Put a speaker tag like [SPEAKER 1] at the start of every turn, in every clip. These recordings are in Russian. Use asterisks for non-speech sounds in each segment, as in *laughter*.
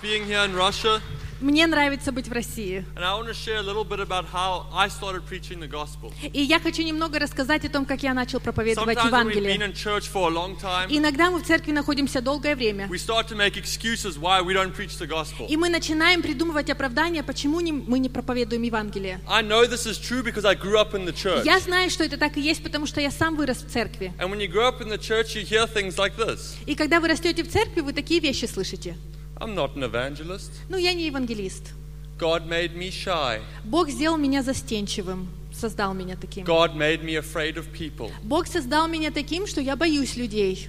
[SPEAKER 1] being here in Russia,
[SPEAKER 2] Мне нравится быть в России.
[SPEAKER 1] and I want to share a little bit about how I started preaching the gospel.
[SPEAKER 2] И я хочу немного рассказать о том, как я начал проповедовать
[SPEAKER 1] Sometimes when we've been
[SPEAKER 2] Евангелие.
[SPEAKER 1] in church for a long time,
[SPEAKER 2] Иногда мы в церкви находимся долгое время.
[SPEAKER 1] we start to make excuses why we don't preach the gospel.
[SPEAKER 2] И мы начинаем придумывать оправдания, почему не- мы не проповедуем Евангелие.
[SPEAKER 1] I know this is true because I grew up in the church.
[SPEAKER 2] Я знаю, что это так и есть, потому что я сам вырос в церкви.
[SPEAKER 1] And when you grow up in the church, you hear things like this
[SPEAKER 2] И когда вы растете в церкви, вы такие вещи слышите.
[SPEAKER 1] I'm not an evangelist.
[SPEAKER 2] Ну, я не евангелист.
[SPEAKER 1] God made me shy.
[SPEAKER 2] Бог сделал меня застенчивым, создал меня таким.
[SPEAKER 1] God made me afraid of people.
[SPEAKER 2] Бог создал меня таким, что я боюсь людей.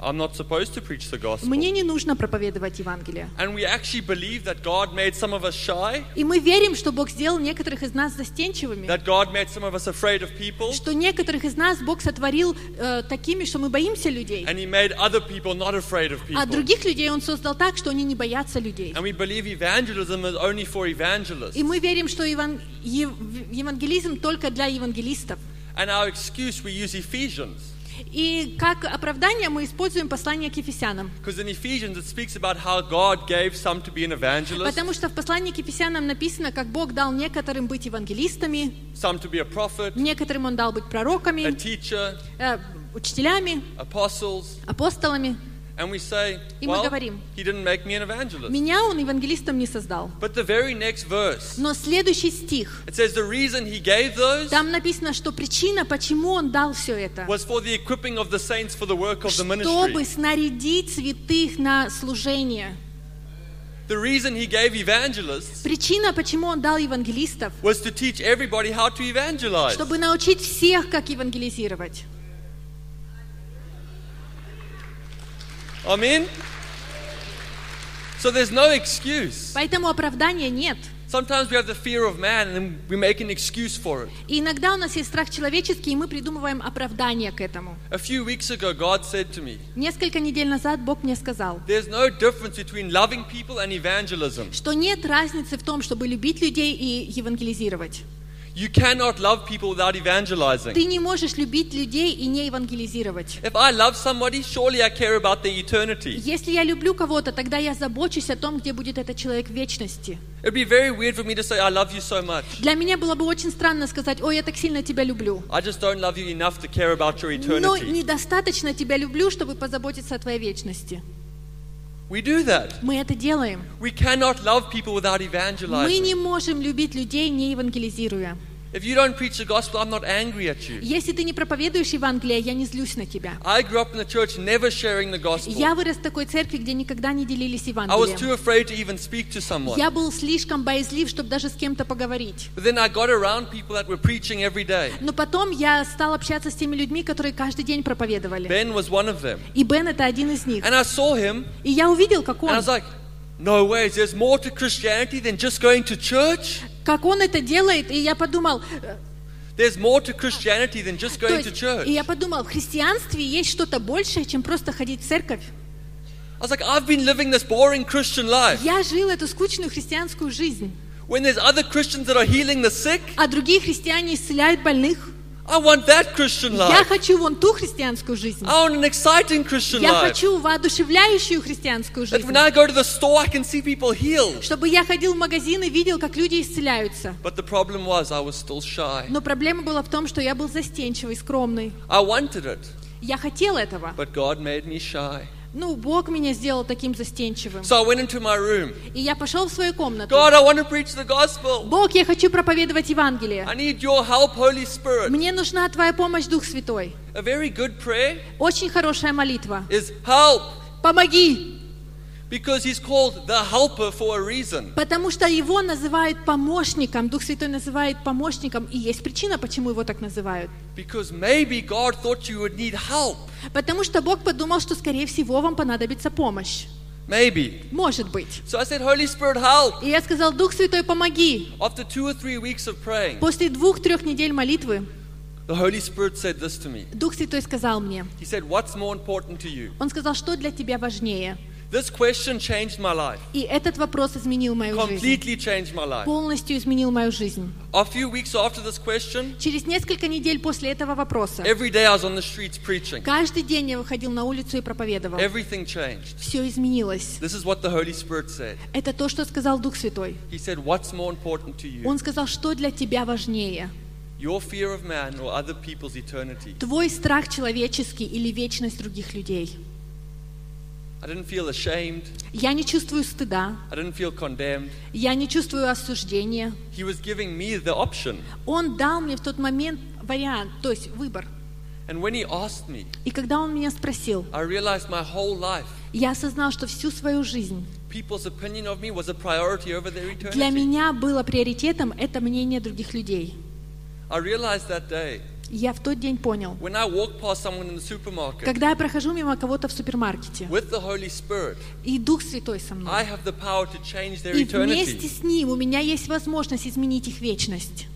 [SPEAKER 1] I'm not supposed to preach the gospel.
[SPEAKER 2] Мне не нужно проповедовать Евангелие.
[SPEAKER 1] And we actually believe that God made some of us shy,
[SPEAKER 2] И мы верим, что Бог сделал некоторых из нас застенчивыми,
[SPEAKER 1] that God made some of us afraid of people,
[SPEAKER 2] что некоторых из нас Бог сотворил э, такими, что мы боимся людей,
[SPEAKER 1] and He made other people not afraid of
[SPEAKER 2] а
[SPEAKER 1] people.
[SPEAKER 2] других людей Он создал так, что они не боятся людей.
[SPEAKER 1] And we believe evangelism is only for evangelists.
[SPEAKER 2] И мы верим, что еван- ев- евангелизм только для евангелистов.
[SPEAKER 1] And our excuse, we use Ephesians.
[SPEAKER 2] И как оправдание мы используем послание к Ефесянам.
[SPEAKER 1] Because in Ephesians, it speaks about how God gave some to be an evangelist,
[SPEAKER 2] Потому что в послании к Ефесянам написано, как Бог дал некоторым быть евангелистами,
[SPEAKER 1] some to be a prophet,
[SPEAKER 2] некоторым Он дал быть
[SPEAKER 1] a
[SPEAKER 2] пророками,
[SPEAKER 1] teacher,
[SPEAKER 2] э, учителями,
[SPEAKER 1] apostles.
[SPEAKER 2] апостолами.
[SPEAKER 1] And we say,
[SPEAKER 2] И мы
[SPEAKER 1] well,
[SPEAKER 2] говорим.
[SPEAKER 1] He didn't make me an evangelist.
[SPEAKER 2] Меня Он евангелистом не создал.
[SPEAKER 1] But the very next verse,
[SPEAKER 2] Но следующий стих,
[SPEAKER 1] it says the reason He gave those
[SPEAKER 2] там написано, что причина, почему Он дал все это,
[SPEAKER 1] was for the equipping of the saints for the work of the
[SPEAKER 2] чтобы
[SPEAKER 1] ministry.
[SPEAKER 2] снарядить святых на служение.
[SPEAKER 1] The reason he gave evangelists
[SPEAKER 2] Причина, почему Он дал евангелистов,
[SPEAKER 1] was to teach everybody how to evangelize.
[SPEAKER 2] чтобы научить всех, как евангелизировать.
[SPEAKER 1] Amen. So there's no excuse.
[SPEAKER 2] Поэтому оправдания нет.
[SPEAKER 1] Sometimes we have the fear of man and we make an excuse for it.
[SPEAKER 2] И иногда у нас есть страх человеческий, и мы придумываем оправдание к этому.
[SPEAKER 1] A few weeks ago, God said to me,
[SPEAKER 2] Несколько недель назад Бог мне сказал,
[SPEAKER 1] There's no difference between loving people and evangelism.
[SPEAKER 2] что нет разницы в том, чтобы любить людей и евангелизировать.
[SPEAKER 1] You cannot love people without evangelizing.
[SPEAKER 2] Ты не можешь любить людей и не евангелизировать.
[SPEAKER 1] If I love somebody, surely I care about their eternity.
[SPEAKER 2] Если я люблю кого-то, тогда я забочусь о том, где будет этот человек в вечности.
[SPEAKER 1] It'd be very weird for me to say, I love you so much.
[SPEAKER 2] Для меня было бы очень странно сказать, ой, я так сильно тебя люблю.
[SPEAKER 1] I just don't love you enough to care about your
[SPEAKER 2] Но
[SPEAKER 1] eternity.
[SPEAKER 2] недостаточно тебя люблю, чтобы позаботиться о твоей вечности.
[SPEAKER 1] We do that.
[SPEAKER 2] Мы это делаем.
[SPEAKER 1] We cannot love people without
[SPEAKER 2] Мы
[SPEAKER 1] evangelizing.
[SPEAKER 2] не можем любить людей, не евангелизируя.
[SPEAKER 1] If you don't preach the gospel, I'm not angry at you.
[SPEAKER 2] Если ты не проповедуешь Евангелие, я не злюсь на тебя.
[SPEAKER 1] I grew up in the church never sharing the
[SPEAKER 2] Я
[SPEAKER 1] gospel.
[SPEAKER 2] вырос в такой церкви, где никогда не делились
[SPEAKER 1] I was
[SPEAKER 2] Евангелием.
[SPEAKER 1] too afraid to even speak to someone.
[SPEAKER 2] Я был slишком боязлив, чтобы даже с кем-то поговорить.
[SPEAKER 1] But then I got around people that were preaching every day.
[SPEAKER 2] Но потом я стал общаться с теми людьми, которые каждый день проповедовали.
[SPEAKER 1] Ben was one of them.
[SPEAKER 2] И Бен это один из них.
[SPEAKER 1] And I saw him
[SPEAKER 2] И я увидел, как
[SPEAKER 1] and I
[SPEAKER 2] он,
[SPEAKER 1] was like, no ways, there's more to Christianity than just going to church.
[SPEAKER 2] как он это делает, и я подумал, э,
[SPEAKER 1] There's more to Christianity than just
[SPEAKER 2] то
[SPEAKER 1] going to
[SPEAKER 2] есть, и
[SPEAKER 1] church.
[SPEAKER 2] я подумал, в христианстве есть что-то большее, чем просто ходить в церковь.
[SPEAKER 1] I was like, I've been living this boring Christian life
[SPEAKER 2] Я жил эту скучную христианскую жизнь,
[SPEAKER 1] when there's other Christians that are healing the sick.
[SPEAKER 2] а другие христиане исцеляют больных.
[SPEAKER 1] I want that Christian
[SPEAKER 2] Я
[SPEAKER 1] life.
[SPEAKER 2] хочу вон ту христианскую жизнь.
[SPEAKER 1] I want an exciting Christian
[SPEAKER 2] Я
[SPEAKER 1] life.
[SPEAKER 2] хочу воодушевляющую христианскую
[SPEAKER 1] That
[SPEAKER 2] жизнь,
[SPEAKER 1] when I go to the store, I can see people healed.
[SPEAKER 2] чтобы я ходил в магазин и видел, как люди исцеляются.
[SPEAKER 1] But the problem was, I was still shy.
[SPEAKER 2] Но проблема была в том, что я был застенчивый, скромный.
[SPEAKER 1] I wanted it,
[SPEAKER 2] Я хотел этого.
[SPEAKER 1] but God made me shy.
[SPEAKER 2] Ну, Бог меня сделал таким застенчивым.
[SPEAKER 1] So I went into my room.
[SPEAKER 2] И я пошел в свою комнату.
[SPEAKER 1] God, I want to preach the gospel.
[SPEAKER 2] Бог, я хочу проповедовать Евангелие.
[SPEAKER 1] I need your help, Holy Spirit.
[SPEAKER 2] Мне нужна Твоя помощь, Дух Святой.
[SPEAKER 1] A very good prayer
[SPEAKER 2] Очень хорошая молитва.
[SPEAKER 1] is help,
[SPEAKER 2] Помоги!
[SPEAKER 1] because He's called the helper for a reason.
[SPEAKER 2] Потому что его называют помощником. Дух Святой называет помощником. И есть причина, почему его так называют.
[SPEAKER 1] Because maybe God thought you would need help.
[SPEAKER 2] Потому что Бог подумал, что, скорее всего, вам понадобится помощь.
[SPEAKER 1] Maybe.
[SPEAKER 2] Может быть.
[SPEAKER 1] So I said, Holy Spirit, help.
[SPEAKER 2] И я сказал, Дух Святой, помоги.
[SPEAKER 1] After two or three weeks of praying,
[SPEAKER 2] После двух-трех недель молитвы
[SPEAKER 1] the Holy Spirit said this to me.
[SPEAKER 2] Дух Святой сказал мне,
[SPEAKER 1] He said, What's more important to you?
[SPEAKER 2] Он сказал, что для тебя важнее?
[SPEAKER 1] This question changed my life.
[SPEAKER 2] И этот вопрос изменил мою жизнь.
[SPEAKER 1] Completely changed my life.
[SPEAKER 2] Полностью изменил мою жизнь.
[SPEAKER 1] A few weeks after this question,
[SPEAKER 2] Через несколько недель после этого вопроса
[SPEAKER 1] every day I was on the streets preaching.
[SPEAKER 2] каждый день я выходил на улицу и проповедовал.
[SPEAKER 1] Everything changed.
[SPEAKER 2] Все изменилось.
[SPEAKER 1] This is what the Holy Spirit said.
[SPEAKER 2] Это то, что сказал Дух Святой.
[SPEAKER 1] He said, What's more important to you,
[SPEAKER 2] Он сказал, что для тебя важнее.
[SPEAKER 1] your fear of man or other people's eternity?
[SPEAKER 2] Твой страх человеческий или вечность других людей.
[SPEAKER 1] I didn't feel ashamed.
[SPEAKER 2] Я не чувствую стыда,
[SPEAKER 1] I didn't feel condemned.
[SPEAKER 2] я не чувствую осуждения.
[SPEAKER 1] He was giving me the option.
[SPEAKER 2] Он дал мне в тот момент вариант, то есть выбор.
[SPEAKER 1] And when he asked me,
[SPEAKER 2] И когда он меня спросил,
[SPEAKER 1] I realized my whole life,
[SPEAKER 2] я осознал, что всю свою жизnь
[SPEAKER 1] people's opinion of me was a priority over their
[SPEAKER 2] для
[SPEAKER 1] eternity.
[SPEAKER 2] меня было приоритетом это мнение других людей.
[SPEAKER 1] I realized that day,
[SPEAKER 2] Я в тот день понял.
[SPEAKER 1] when I walk past someone in the supermarket
[SPEAKER 2] Когда я прохожу мимо кого-то в супермаркете,
[SPEAKER 1] with the Holy Spirit,
[SPEAKER 2] и Дух Святой со мной,
[SPEAKER 1] I have the power to change their
[SPEAKER 2] и вместе
[SPEAKER 1] eternity.
[SPEAKER 2] с Ним у меня есть возможность изменить их вечность.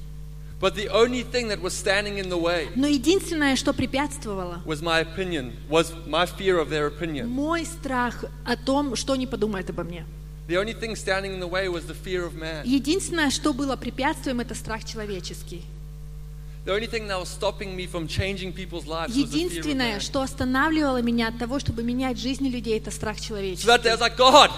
[SPEAKER 1] But the only thing that was standing in the way
[SPEAKER 2] Но единственное, что препятствовало,
[SPEAKER 1] was my opinion, was my fear of their opinion.
[SPEAKER 2] мой страх о том, что они подумают обо мне.
[SPEAKER 1] The only thing standing in the way was the fear of man.
[SPEAKER 2] Единственное, что было препятствием, это страх человеческий.
[SPEAKER 1] The only thing that was stopping me from changing people's lives was the fear of
[SPEAKER 2] Единственное,
[SPEAKER 1] man.
[SPEAKER 2] что останавливало меня от того, чтобы менять жизни людей, это страх
[SPEAKER 1] So that day I
[SPEAKER 2] человеческий.
[SPEAKER 1] was like, God,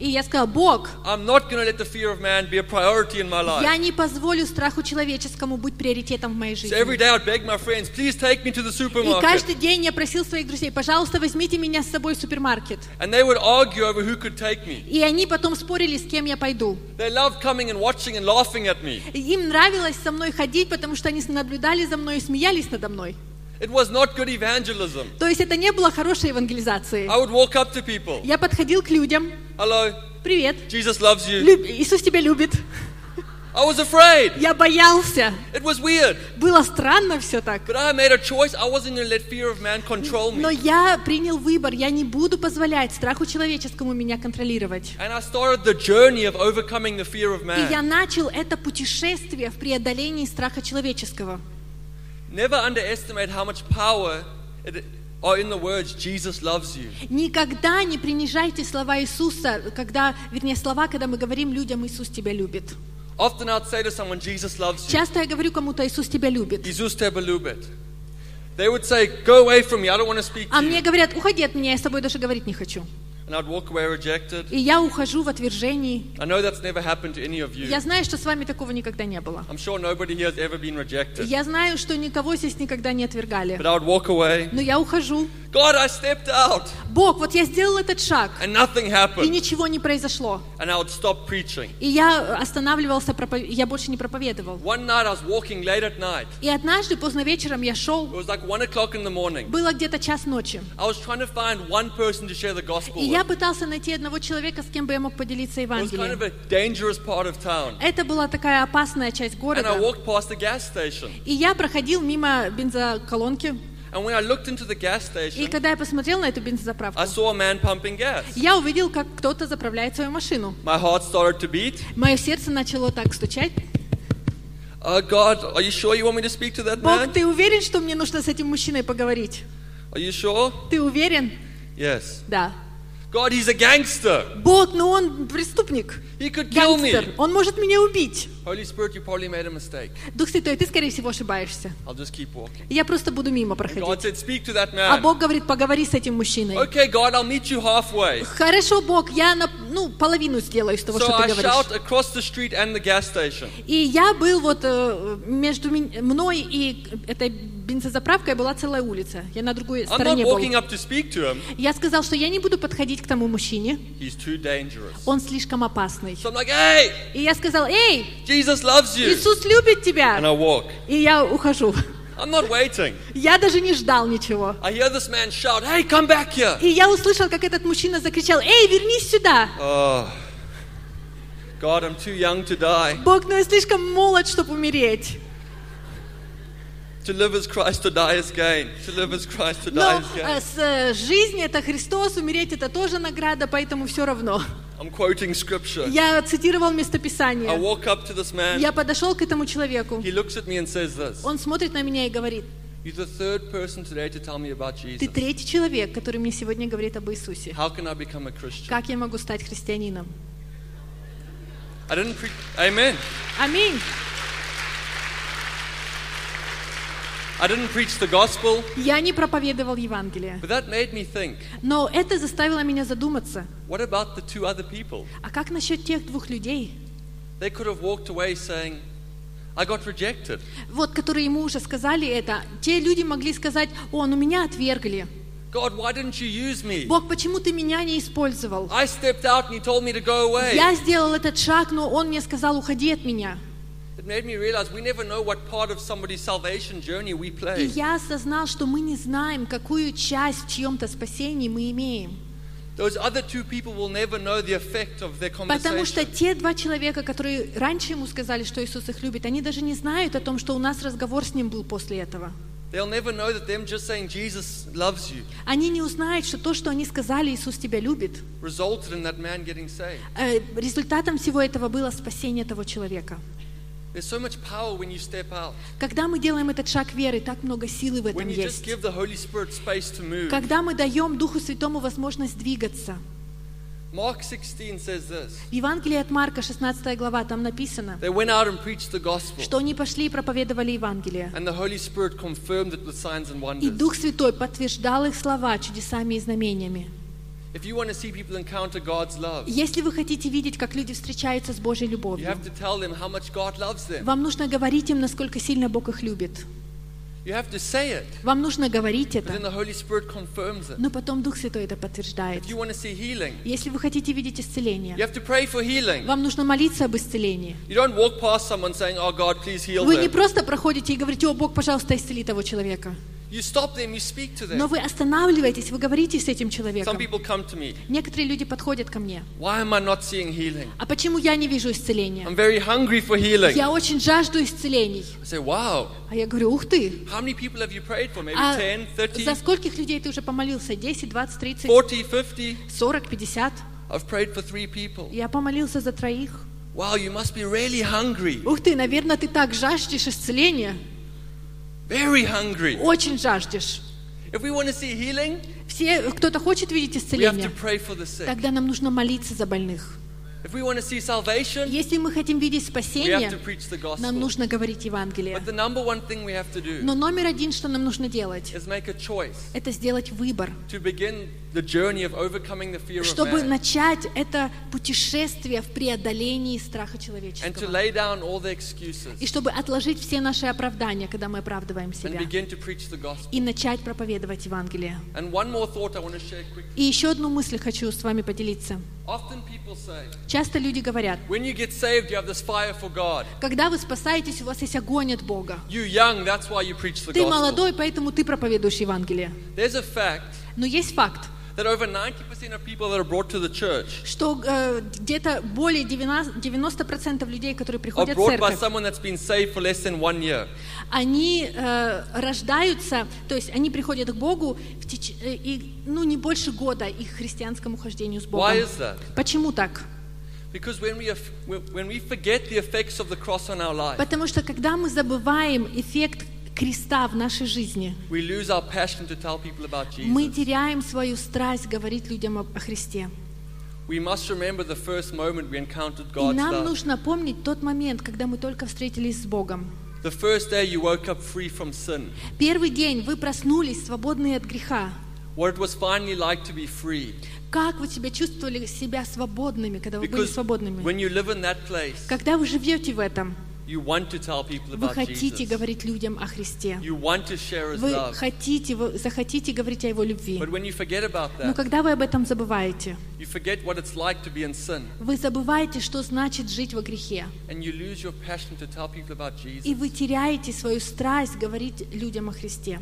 [SPEAKER 2] И я сказала, Бог,
[SPEAKER 1] I'm not going to let the fear of man be a priority in my life.
[SPEAKER 2] я не позволю страху человеческому быть приоритетом в моей
[SPEAKER 1] So every
[SPEAKER 2] жизни.
[SPEAKER 1] day I'd beg my friends, please take me to the
[SPEAKER 2] И
[SPEAKER 1] supermarket.
[SPEAKER 2] каждый день я просил своих друзей, пожалуйста, возьмите меня с собой в супермаркет.
[SPEAKER 1] And they would argue over who could take me.
[SPEAKER 2] И они потом спорили, с кем я пойду.
[SPEAKER 1] They loved coming and watching and laughing at me.
[SPEAKER 2] Им нравилось со мной ходить, потому что они наблюдали за мной и смеялись надо мной.
[SPEAKER 1] It was not good evangelism.
[SPEAKER 2] То есть это не было хорошей евангелизации.
[SPEAKER 1] I would walk up to people.
[SPEAKER 2] Я подходил к людям.
[SPEAKER 1] Hello,
[SPEAKER 2] Привет.
[SPEAKER 1] Jesus loves you.
[SPEAKER 2] Люб- Иисус тебя любит.
[SPEAKER 1] I was afraid.
[SPEAKER 2] Я боялся.
[SPEAKER 1] It was weird.
[SPEAKER 2] Было странно все так.
[SPEAKER 1] But I made a choice. I wasn't going to let fear of man control
[SPEAKER 2] Но
[SPEAKER 1] me.
[SPEAKER 2] я принял выбор. Я не буду позволять страху человеческому меня контролировать.
[SPEAKER 1] And I started the journey of overcoming the fear of
[SPEAKER 2] И я
[SPEAKER 1] man.
[SPEAKER 2] начал это путешествие в преодолении страха человеческого.
[SPEAKER 1] Never underestimate how much power it are in the words Jesus loves you.
[SPEAKER 2] Никогда не принижайте слова Иисуса, когда, вернее, слова, когда мы говорим людям, Иисус тебя любит.
[SPEAKER 1] Often I'd say to someone, Jesus loves you.
[SPEAKER 2] Часто я говорю кому-то, Иисус тебя любит.
[SPEAKER 1] Jesus te belubet. They would say, Go away from me. I don't want to speak
[SPEAKER 2] А
[SPEAKER 1] to
[SPEAKER 2] мне
[SPEAKER 1] you.
[SPEAKER 2] говорят, уходи от меня, я с тобой даже говорить не хочу.
[SPEAKER 1] And I'd walk away rejected.
[SPEAKER 2] И я ухожу в отвержении.
[SPEAKER 1] I know that's never happened to any of you.
[SPEAKER 2] Я знаю, что с вами такого никогда не было.
[SPEAKER 1] I'm sure nobody here has ever been rejected.
[SPEAKER 2] Я знаю, что никого здесь никогда не отвергали.
[SPEAKER 1] But I would walk away.
[SPEAKER 2] Но я ухожу.
[SPEAKER 1] God, I stepped out.
[SPEAKER 2] Бог, вот я сделал этот шаг,
[SPEAKER 1] And nothing
[SPEAKER 2] и
[SPEAKER 1] happened.
[SPEAKER 2] ничего не произошло.
[SPEAKER 1] And I would stop preaching.
[SPEAKER 2] И я останавливался, пропов- я больше не проповедовал.
[SPEAKER 1] One night I was walking late at night.
[SPEAKER 2] И однажды поздно вечером я
[SPEAKER 1] It
[SPEAKER 2] шел,
[SPEAKER 1] was like one o'clock in the morning.
[SPEAKER 2] было где-то час ночи.
[SPEAKER 1] I was trying to find one person to share the gospel
[SPEAKER 2] И
[SPEAKER 1] with.
[SPEAKER 2] я
[SPEAKER 1] It
[SPEAKER 2] пытался найти одного человека, с кем бы я мог поделиться
[SPEAKER 1] was kind of
[SPEAKER 2] Евангелием.
[SPEAKER 1] a dangerous part of town.
[SPEAKER 2] Это была такая опасная часть
[SPEAKER 1] And I
[SPEAKER 2] города.
[SPEAKER 1] walked past the gas station.
[SPEAKER 2] И я проходил мимо бензоколонки.
[SPEAKER 1] And when I looked into the gas
[SPEAKER 2] И
[SPEAKER 1] station,
[SPEAKER 2] когда я посмотрел на эту
[SPEAKER 1] I
[SPEAKER 2] бензозаправку,
[SPEAKER 1] saw a man pumping gas.
[SPEAKER 2] я увидел, как кто-то заправляет свою машину.
[SPEAKER 1] My heart started to beat.
[SPEAKER 2] Мое сердце начало так стучать.
[SPEAKER 1] Oh God, are you sure you want me to speak to that
[SPEAKER 2] Бог,
[SPEAKER 1] man?
[SPEAKER 2] ты уверен, что мне нужно с этим мужчиной поговорить?
[SPEAKER 1] Are you sure?
[SPEAKER 2] Ты уверен?
[SPEAKER 1] Yes.
[SPEAKER 2] Да.
[SPEAKER 1] God, he's a gangster.
[SPEAKER 2] Бог, ну он преступник.
[SPEAKER 1] He could kill
[SPEAKER 2] Гангстер.
[SPEAKER 1] me.
[SPEAKER 2] Он может меня убить.
[SPEAKER 1] Holy Spirit, you probably made a mistake.
[SPEAKER 2] Дух Святой, ты, скорее всего, ошибаешься.
[SPEAKER 1] I'll just keep walking.
[SPEAKER 2] Я просто буду мимо
[SPEAKER 1] And
[SPEAKER 2] проходить.
[SPEAKER 1] God said, speak to that
[SPEAKER 2] А
[SPEAKER 1] man.
[SPEAKER 2] Бог говорит, поговори с этим мужчиной.
[SPEAKER 1] Okay, God, I'll meet you halfway.
[SPEAKER 2] Хорошо, Бог, я на, ну, половину сделаю из того,
[SPEAKER 1] So
[SPEAKER 2] что ты
[SPEAKER 1] I
[SPEAKER 2] говоришь.
[SPEAKER 1] shout across the street and the gas station.
[SPEAKER 2] И я был вот э, между мен- мной и этой бензозаправкой была целая улица. Я на другой
[SPEAKER 1] I'm not
[SPEAKER 2] стороне был.
[SPEAKER 1] walking up to speak to him.
[SPEAKER 2] Я сказал, что я не буду подходить к тому мужчине.
[SPEAKER 1] He's too dangerous.
[SPEAKER 2] Он слишком опасный.
[SPEAKER 1] So I'm like, hey,
[SPEAKER 2] И я сказал, эй,
[SPEAKER 1] Jesus loves you.
[SPEAKER 2] Иисус
[SPEAKER 1] *laughs*
[SPEAKER 2] любит
[SPEAKER 1] And
[SPEAKER 2] тебя.
[SPEAKER 1] I walk.
[SPEAKER 2] И я ухожу.
[SPEAKER 1] I'm not waiting.
[SPEAKER 2] Я даже не ждал ничего.
[SPEAKER 1] I hear this man shout, hey, come back here.
[SPEAKER 2] И я услышал, как этот мужчина закричал, «Эй, вернись сюда!»
[SPEAKER 1] Oh, God, I'm too young to die.
[SPEAKER 2] Бог, ну я слишком молод, чтобы умереть.
[SPEAKER 1] To live as Christ, to die is gain. To live as Christ, to die
[SPEAKER 2] Но
[SPEAKER 1] is
[SPEAKER 2] э,
[SPEAKER 1] gain.
[SPEAKER 2] с э, жизни это Христос, умереть это тоже награда, поэтому все равно.
[SPEAKER 1] I'm quoting scripture.
[SPEAKER 2] Я цитировал
[SPEAKER 1] I
[SPEAKER 2] местописание.
[SPEAKER 1] walk up to this man.
[SPEAKER 2] Я подошел к этому человеку.
[SPEAKER 1] He looks at me and says this
[SPEAKER 2] Он смотрит на меня и говорит,
[SPEAKER 1] You're the third person today to tell me about
[SPEAKER 2] Ты
[SPEAKER 1] Jesus.
[SPEAKER 2] третий человек, который мне сегодня говорит об Иисусе.
[SPEAKER 1] How can I become a Christian?
[SPEAKER 2] Как я могу стать христианином?
[SPEAKER 1] I didn't pre- Amen.
[SPEAKER 2] Аминь.
[SPEAKER 1] I didn't preach the gospel,
[SPEAKER 2] Я не проповедовал Евангелие,
[SPEAKER 1] but that made me think.
[SPEAKER 2] но это заставило меня задуматься.
[SPEAKER 1] What about the two other people?
[SPEAKER 2] А как насчет тех двух людей,
[SPEAKER 1] They could have walked away saying, I got rejected.
[SPEAKER 2] вот, которые ему уже сказали это? Те люди могли сказать, о, ну меня отвергли.
[SPEAKER 1] God, why didn't you use me?
[SPEAKER 2] Бог, почему ты меня не использовал?
[SPEAKER 1] I stepped out and you told me to go away.
[SPEAKER 2] Я сделал этот шаг, но он мне сказал, уходи от меня.
[SPEAKER 1] It made me realize we never know what part of somebody's salvation journey we
[SPEAKER 2] И
[SPEAKER 1] play.
[SPEAKER 2] я осознал, что мы не знаем, какую часть в чьем-то спасении мы имеем.
[SPEAKER 1] Those other two people will never know the effect of their
[SPEAKER 2] Потому что
[SPEAKER 1] conversation.
[SPEAKER 2] те два человека, которые раньше ему сказали, что Иисус их любит, они даже не знают о том, что у нас разговор с ним был после этого.
[SPEAKER 1] They'll never know that them just saying Jesus loves you
[SPEAKER 2] Они не узнают, что то, что они сказали, Иисус тебя любит,
[SPEAKER 1] resulted in that man getting saved.
[SPEAKER 2] э, результатом всего этого было спасение того человека.
[SPEAKER 1] There's so much power when you step out.
[SPEAKER 2] Когда мы делаем этот шаг веры, так много силы в этом
[SPEAKER 1] When you just
[SPEAKER 2] есть.
[SPEAKER 1] give the Holy Spirit space to move.
[SPEAKER 2] Когда мы даем Духу Святому возможность двигаться.
[SPEAKER 1] Mark 16 says this.
[SPEAKER 2] В Евангелии от Марка, 16 глава, там написано,
[SPEAKER 1] They went out and preached the gospel.
[SPEAKER 2] что они пошли и проповедовали Евангелие.
[SPEAKER 1] And the Holy Spirit confirmed it with signs and
[SPEAKER 2] И
[SPEAKER 1] wonders.
[SPEAKER 2] Дух Святой подтверждал их слова чудесами и знамениями.
[SPEAKER 1] If you want to see people encounter God's love,
[SPEAKER 2] Если вы хотите видеть, как люди встречаются с Божьей
[SPEAKER 1] you
[SPEAKER 2] любовью,
[SPEAKER 1] have to tell them how much God loves them.
[SPEAKER 2] вам нужно говорить им, насколько сильно Бог их любит.
[SPEAKER 1] You have to say it.
[SPEAKER 2] Вам нужно говорить
[SPEAKER 1] But then
[SPEAKER 2] это,
[SPEAKER 1] the Holy Spirit confirms it.
[SPEAKER 2] но потом Дух Святой это подтверждает.
[SPEAKER 1] If you want to see healing,
[SPEAKER 2] Если вы хотите видеть
[SPEAKER 1] you
[SPEAKER 2] исцеление,
[SPEAKER 1] have to pray for healing.
[SPEAKER 2] вам нужно молиться об исцелении.
[SPEAKER 1] You don't walk past someone saying, Oh God, please heal
[SPEAKER 2] Вы не
[SPEAKER 1] them.
[SPEAKER 2] просто проходите и говорите, о, Бог, пожалуйста, исцели того человека.
[SPEAKER 1] You stop them, you speak to
[SPEAKER 2] Но
[SPEAKER 1] them.
[SPEAKER 2] вы останавливаетесь, вы говорите с этим
[SPEAKER 1] Some
[SPEAKER 2] человеком.
[SPEAKER 1] people come to me,
[SPEAKER 2] Некоторые люди подходят ко мне.
[SPEAKER 1] Why am I not seeing healing?
[SPEAKER 2] А почему я не вижу исцеления?
[SPEAKER 1] I'm very hungry for healing.
[SPEAKER 2] Я очень жажду исцелений.
[SPEAKER 1] I say, Wow,
[SPEAKER 2] А я говорю, ух ты!
[SPEAKER 1] how many people have you prayed for? Maybe
[SPEAKER 2] А
[SPEAKER 1] 10, 30,
[SPEAKER 2] за скольких людей ты уже помолился? 10, 20, 30,
[SPEAKER 1] 40, 50?
[SPEAKER 2] 40, 50?
[SPEAKER 1] I've prayed for three people.
[SPEAKER 2] Я помолился за троих.
[SPEAKER 1] Wow, you must be really hungry.
[SPEAKER 2] Ух ты, наверное, ты так жаждешь исцеления.
[SPEAKER 1] Very hungry.
[SPEAKER 2] Очень жаждешь.
[SPEAKER 1] If we want to see healing,
[SPEAKER 2] Все, кто-то хочет видеть
[SPEAKER 1] we have to
[SPEAKER 2] исцеление,
[SPEAKER 1] pray for the sick.
[SPEAKER 2] тогда нам нужно молиться за больных.
[SPEAKER 1] If we want to see salvation,
[SPEAKER 2] Если мы хотим видеть
[SPEAKER 1] we have to
[SPEAKER 2] спасение,
[SPEAKER 1] preach the
[SPEAKER 2] нам
[SPEAKER 1] gospel.
[SPEAKER 2] нужно говорить Евангелие.
[SPEAKER 1] But the number one thing we have to do
[SPEAKER 2] Но номер один, что нам нужно делать,
[SPEAKER 1] is make a choice
[SPEAKER 2] это сделать выбор,
[SPEAKER 1] to begin the journey of overcoming the fear of
[SPEAKER 2] чтобы
[SPEAKER 1] man
[SPEAKER 2] начать это путешествие в преодолении страха
[SPEAKER 1] and to
[SPEAKER 2] человеческого.
[SPEAKER 1] lay down all the
[SPEAKER 2] И
[SPEAKER 1] excuses
[SPEAKER 2] чтобы отложить все наши оправдания, когда мы оправдываем
[SPEAKER 1] and
[SPEAKER 2] себя,
[SPEAKER 1] begin to preach the gospel.
[SPEAKER 2] и начать проповедовать Евангелие.
[SPEAKER 1] And one more thought I want to share quickly.
[SPEAKER 2] И еще одну мысль хочу с вами поделиться.
[SPEAKER 1] Often people say,
[SPEAKER 2] Часто люди говорят,
[SPEAKER 1] when you get saved, you have this fire for God.
[SPEAKER 2] когда вы спасаетесь, у вас есть огонь от Бога.
[SPEAKER 1] You're young, that's why you preach the
[SPEAKER 2] Ты
[SPEAKER 1] gospel.
[SPEAKER 2] молодой, поэтому ты проповедуешь Евангелие.
[SPEAKER 1] There's a fact
[SPEAKER 2] Но есть факт,
[SPEAKER 1] that over 90% of people that are brought to the church
[SPEAKER 2] что э, где-то более 90%, 90% людей, которые
[SPEAKER 1] are
[SPEAKER 2] приходят в
[SPEAKER 1] brought by
[SPEAKER 2] церковь,
[SPEAKER 1] someone that's been saved for less than one year.
[SPEAKER 2] они э, рождаются, то есть они приходят к Богу в теч- э, и, ну, не больше года их христианскому хождению с Богом.
[SPEAKER 1] Why is that?
[SPEAKER 2] Почему так?
[SPEAKER 1] Because when we, af- when we forget the effects of the cross on our life,
[SPEAKER 2] Потому что когда мы забываем эффект креста в нашей жизни,
[SPEAKER 1] we lose our passion to tell people about
[SPEAKER 2] мы
[SPEAKER 1] Jesus.
[SPEAKER 2] теряем свою страсть говорить людям об- о Христе.
[SPEAKER 1] We must remember the first moment we encountered
[SPEAKER 2] И
[SPEAKER 1] God's
[SPEAKER 2] нам
[SPEAKER 1] love.
[SPEAKER 2] нужно помнить тот момент, когда мы только встретились с Богом.
[SPEAKER 1] The first day you woke up free from sin.
[SPEAKER 2] Первый день вы проснулись, свободные от греха.
[SPEAKER 1] What it was finally like to be free.
[SPEAKER 2] Как вы себя чувствовали себя свободными, когда вы были
[SPEAKER 1] Because
[SPEAKER 2] свободными?
[SPEAKER 1] when you live in that place,
[SPEAKER 2] Когда вы живете в этом,
[SPEAKER 1] you want to tell people
[SPEAKER 2] вы
[SPEAKER 1] about
[SPEAKER 2] хотите
[SPEAKER 1] Jesus.
[SPEAKER 2] говорить людям о Христе.
[SPEAKER 1] You want to share His
[SPEAKER 2] Вы
[SPEAKER 1] love.
[SPEAKER 2] хотите, вы захотите говорить о Его любви.
[SPEAKER 1] But when you forget about
[SPEAKER 2] Но
[SPEAKER 1] that,
[SPEAKER 2] когда вы об этом забываете,
[SPEAKER 1] you forget what it's like to be in sin.
[SPEAKER 2] вы забываете, что значит жить во грехе.
[SPEAKER 1] And you lose your passion to tell people about Jesus.
[SPEAKER 2] И вы теряете свою страсть говорить людям о Христе.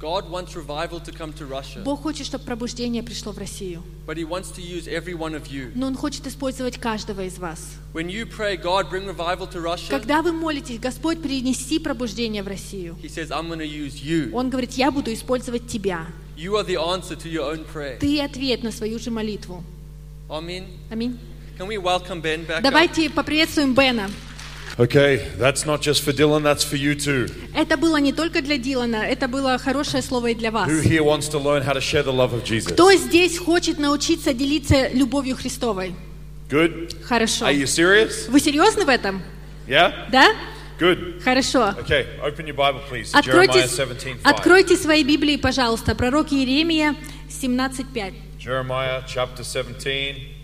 [SPEAKER 1] God wants revival to come to Russia,
[SPEAKER 2] Бог хочет, чтобы пробуждение пришло в Россию.
[SPEAKER 1] but He wants to use every one of you.
[SPEAKER 2] Но Он хочет использовать каждого из вас.
[SPEAKER 1] When you pray, God, bring revival to Russia,
[SPEAKER 2] Когда вы молитесь, Господь, принеси пробуждение в Россию.
[SPEAKER 1] He says, I'm going to use you.
[SPEAKER 2] Он говорит, я буду использовать тебя.
[SPEAKER 1] You are the answer to your own prayer.
[SPEAKER 2] Ты ответ на свою же молитву.
[SPEAKER 1] Amen.
[SPEAKER 2] Аминь.
[SPEAKER 1] Can we welcome Ben back? up?
[SPEAKER 2] Давайте поприветствуем Бена.
[SPEAKER 3] okay, that's not just for Dylan, that's for you too.
[SPEAKER 2] Это было не только для Дилана, это было хорошее слово и для вас.
[SPEAKER 3] Who here wants to learn how to share the love of Jesus?
[SPEAKER 2] Кто здесь хочет научиться делиться любовью Христовой?
[SPEAKER 3] Good?
[SPEAKER 2] Хорошо.
[SPEAKER 3] Are you serious?
[SPEAKER 2] Вы серьезны в этом?
[SPEAKER 3] Yeah?
[SPEAKER 2] Да?
[SPEAKER 3] Good.
[SPEAKER 2] Хорошо.
[SPEAKER 3] Okay, open your Bible, please. to
[SPEAKER 2] Откройте,
[SPEAKER 3] Jeremiah 17
[SPEAKER 2] откройте свои Библии, пожалуйста. Пророк Иеремия 17.5.
[SPEAKER 3] Jeremiah chapter 17.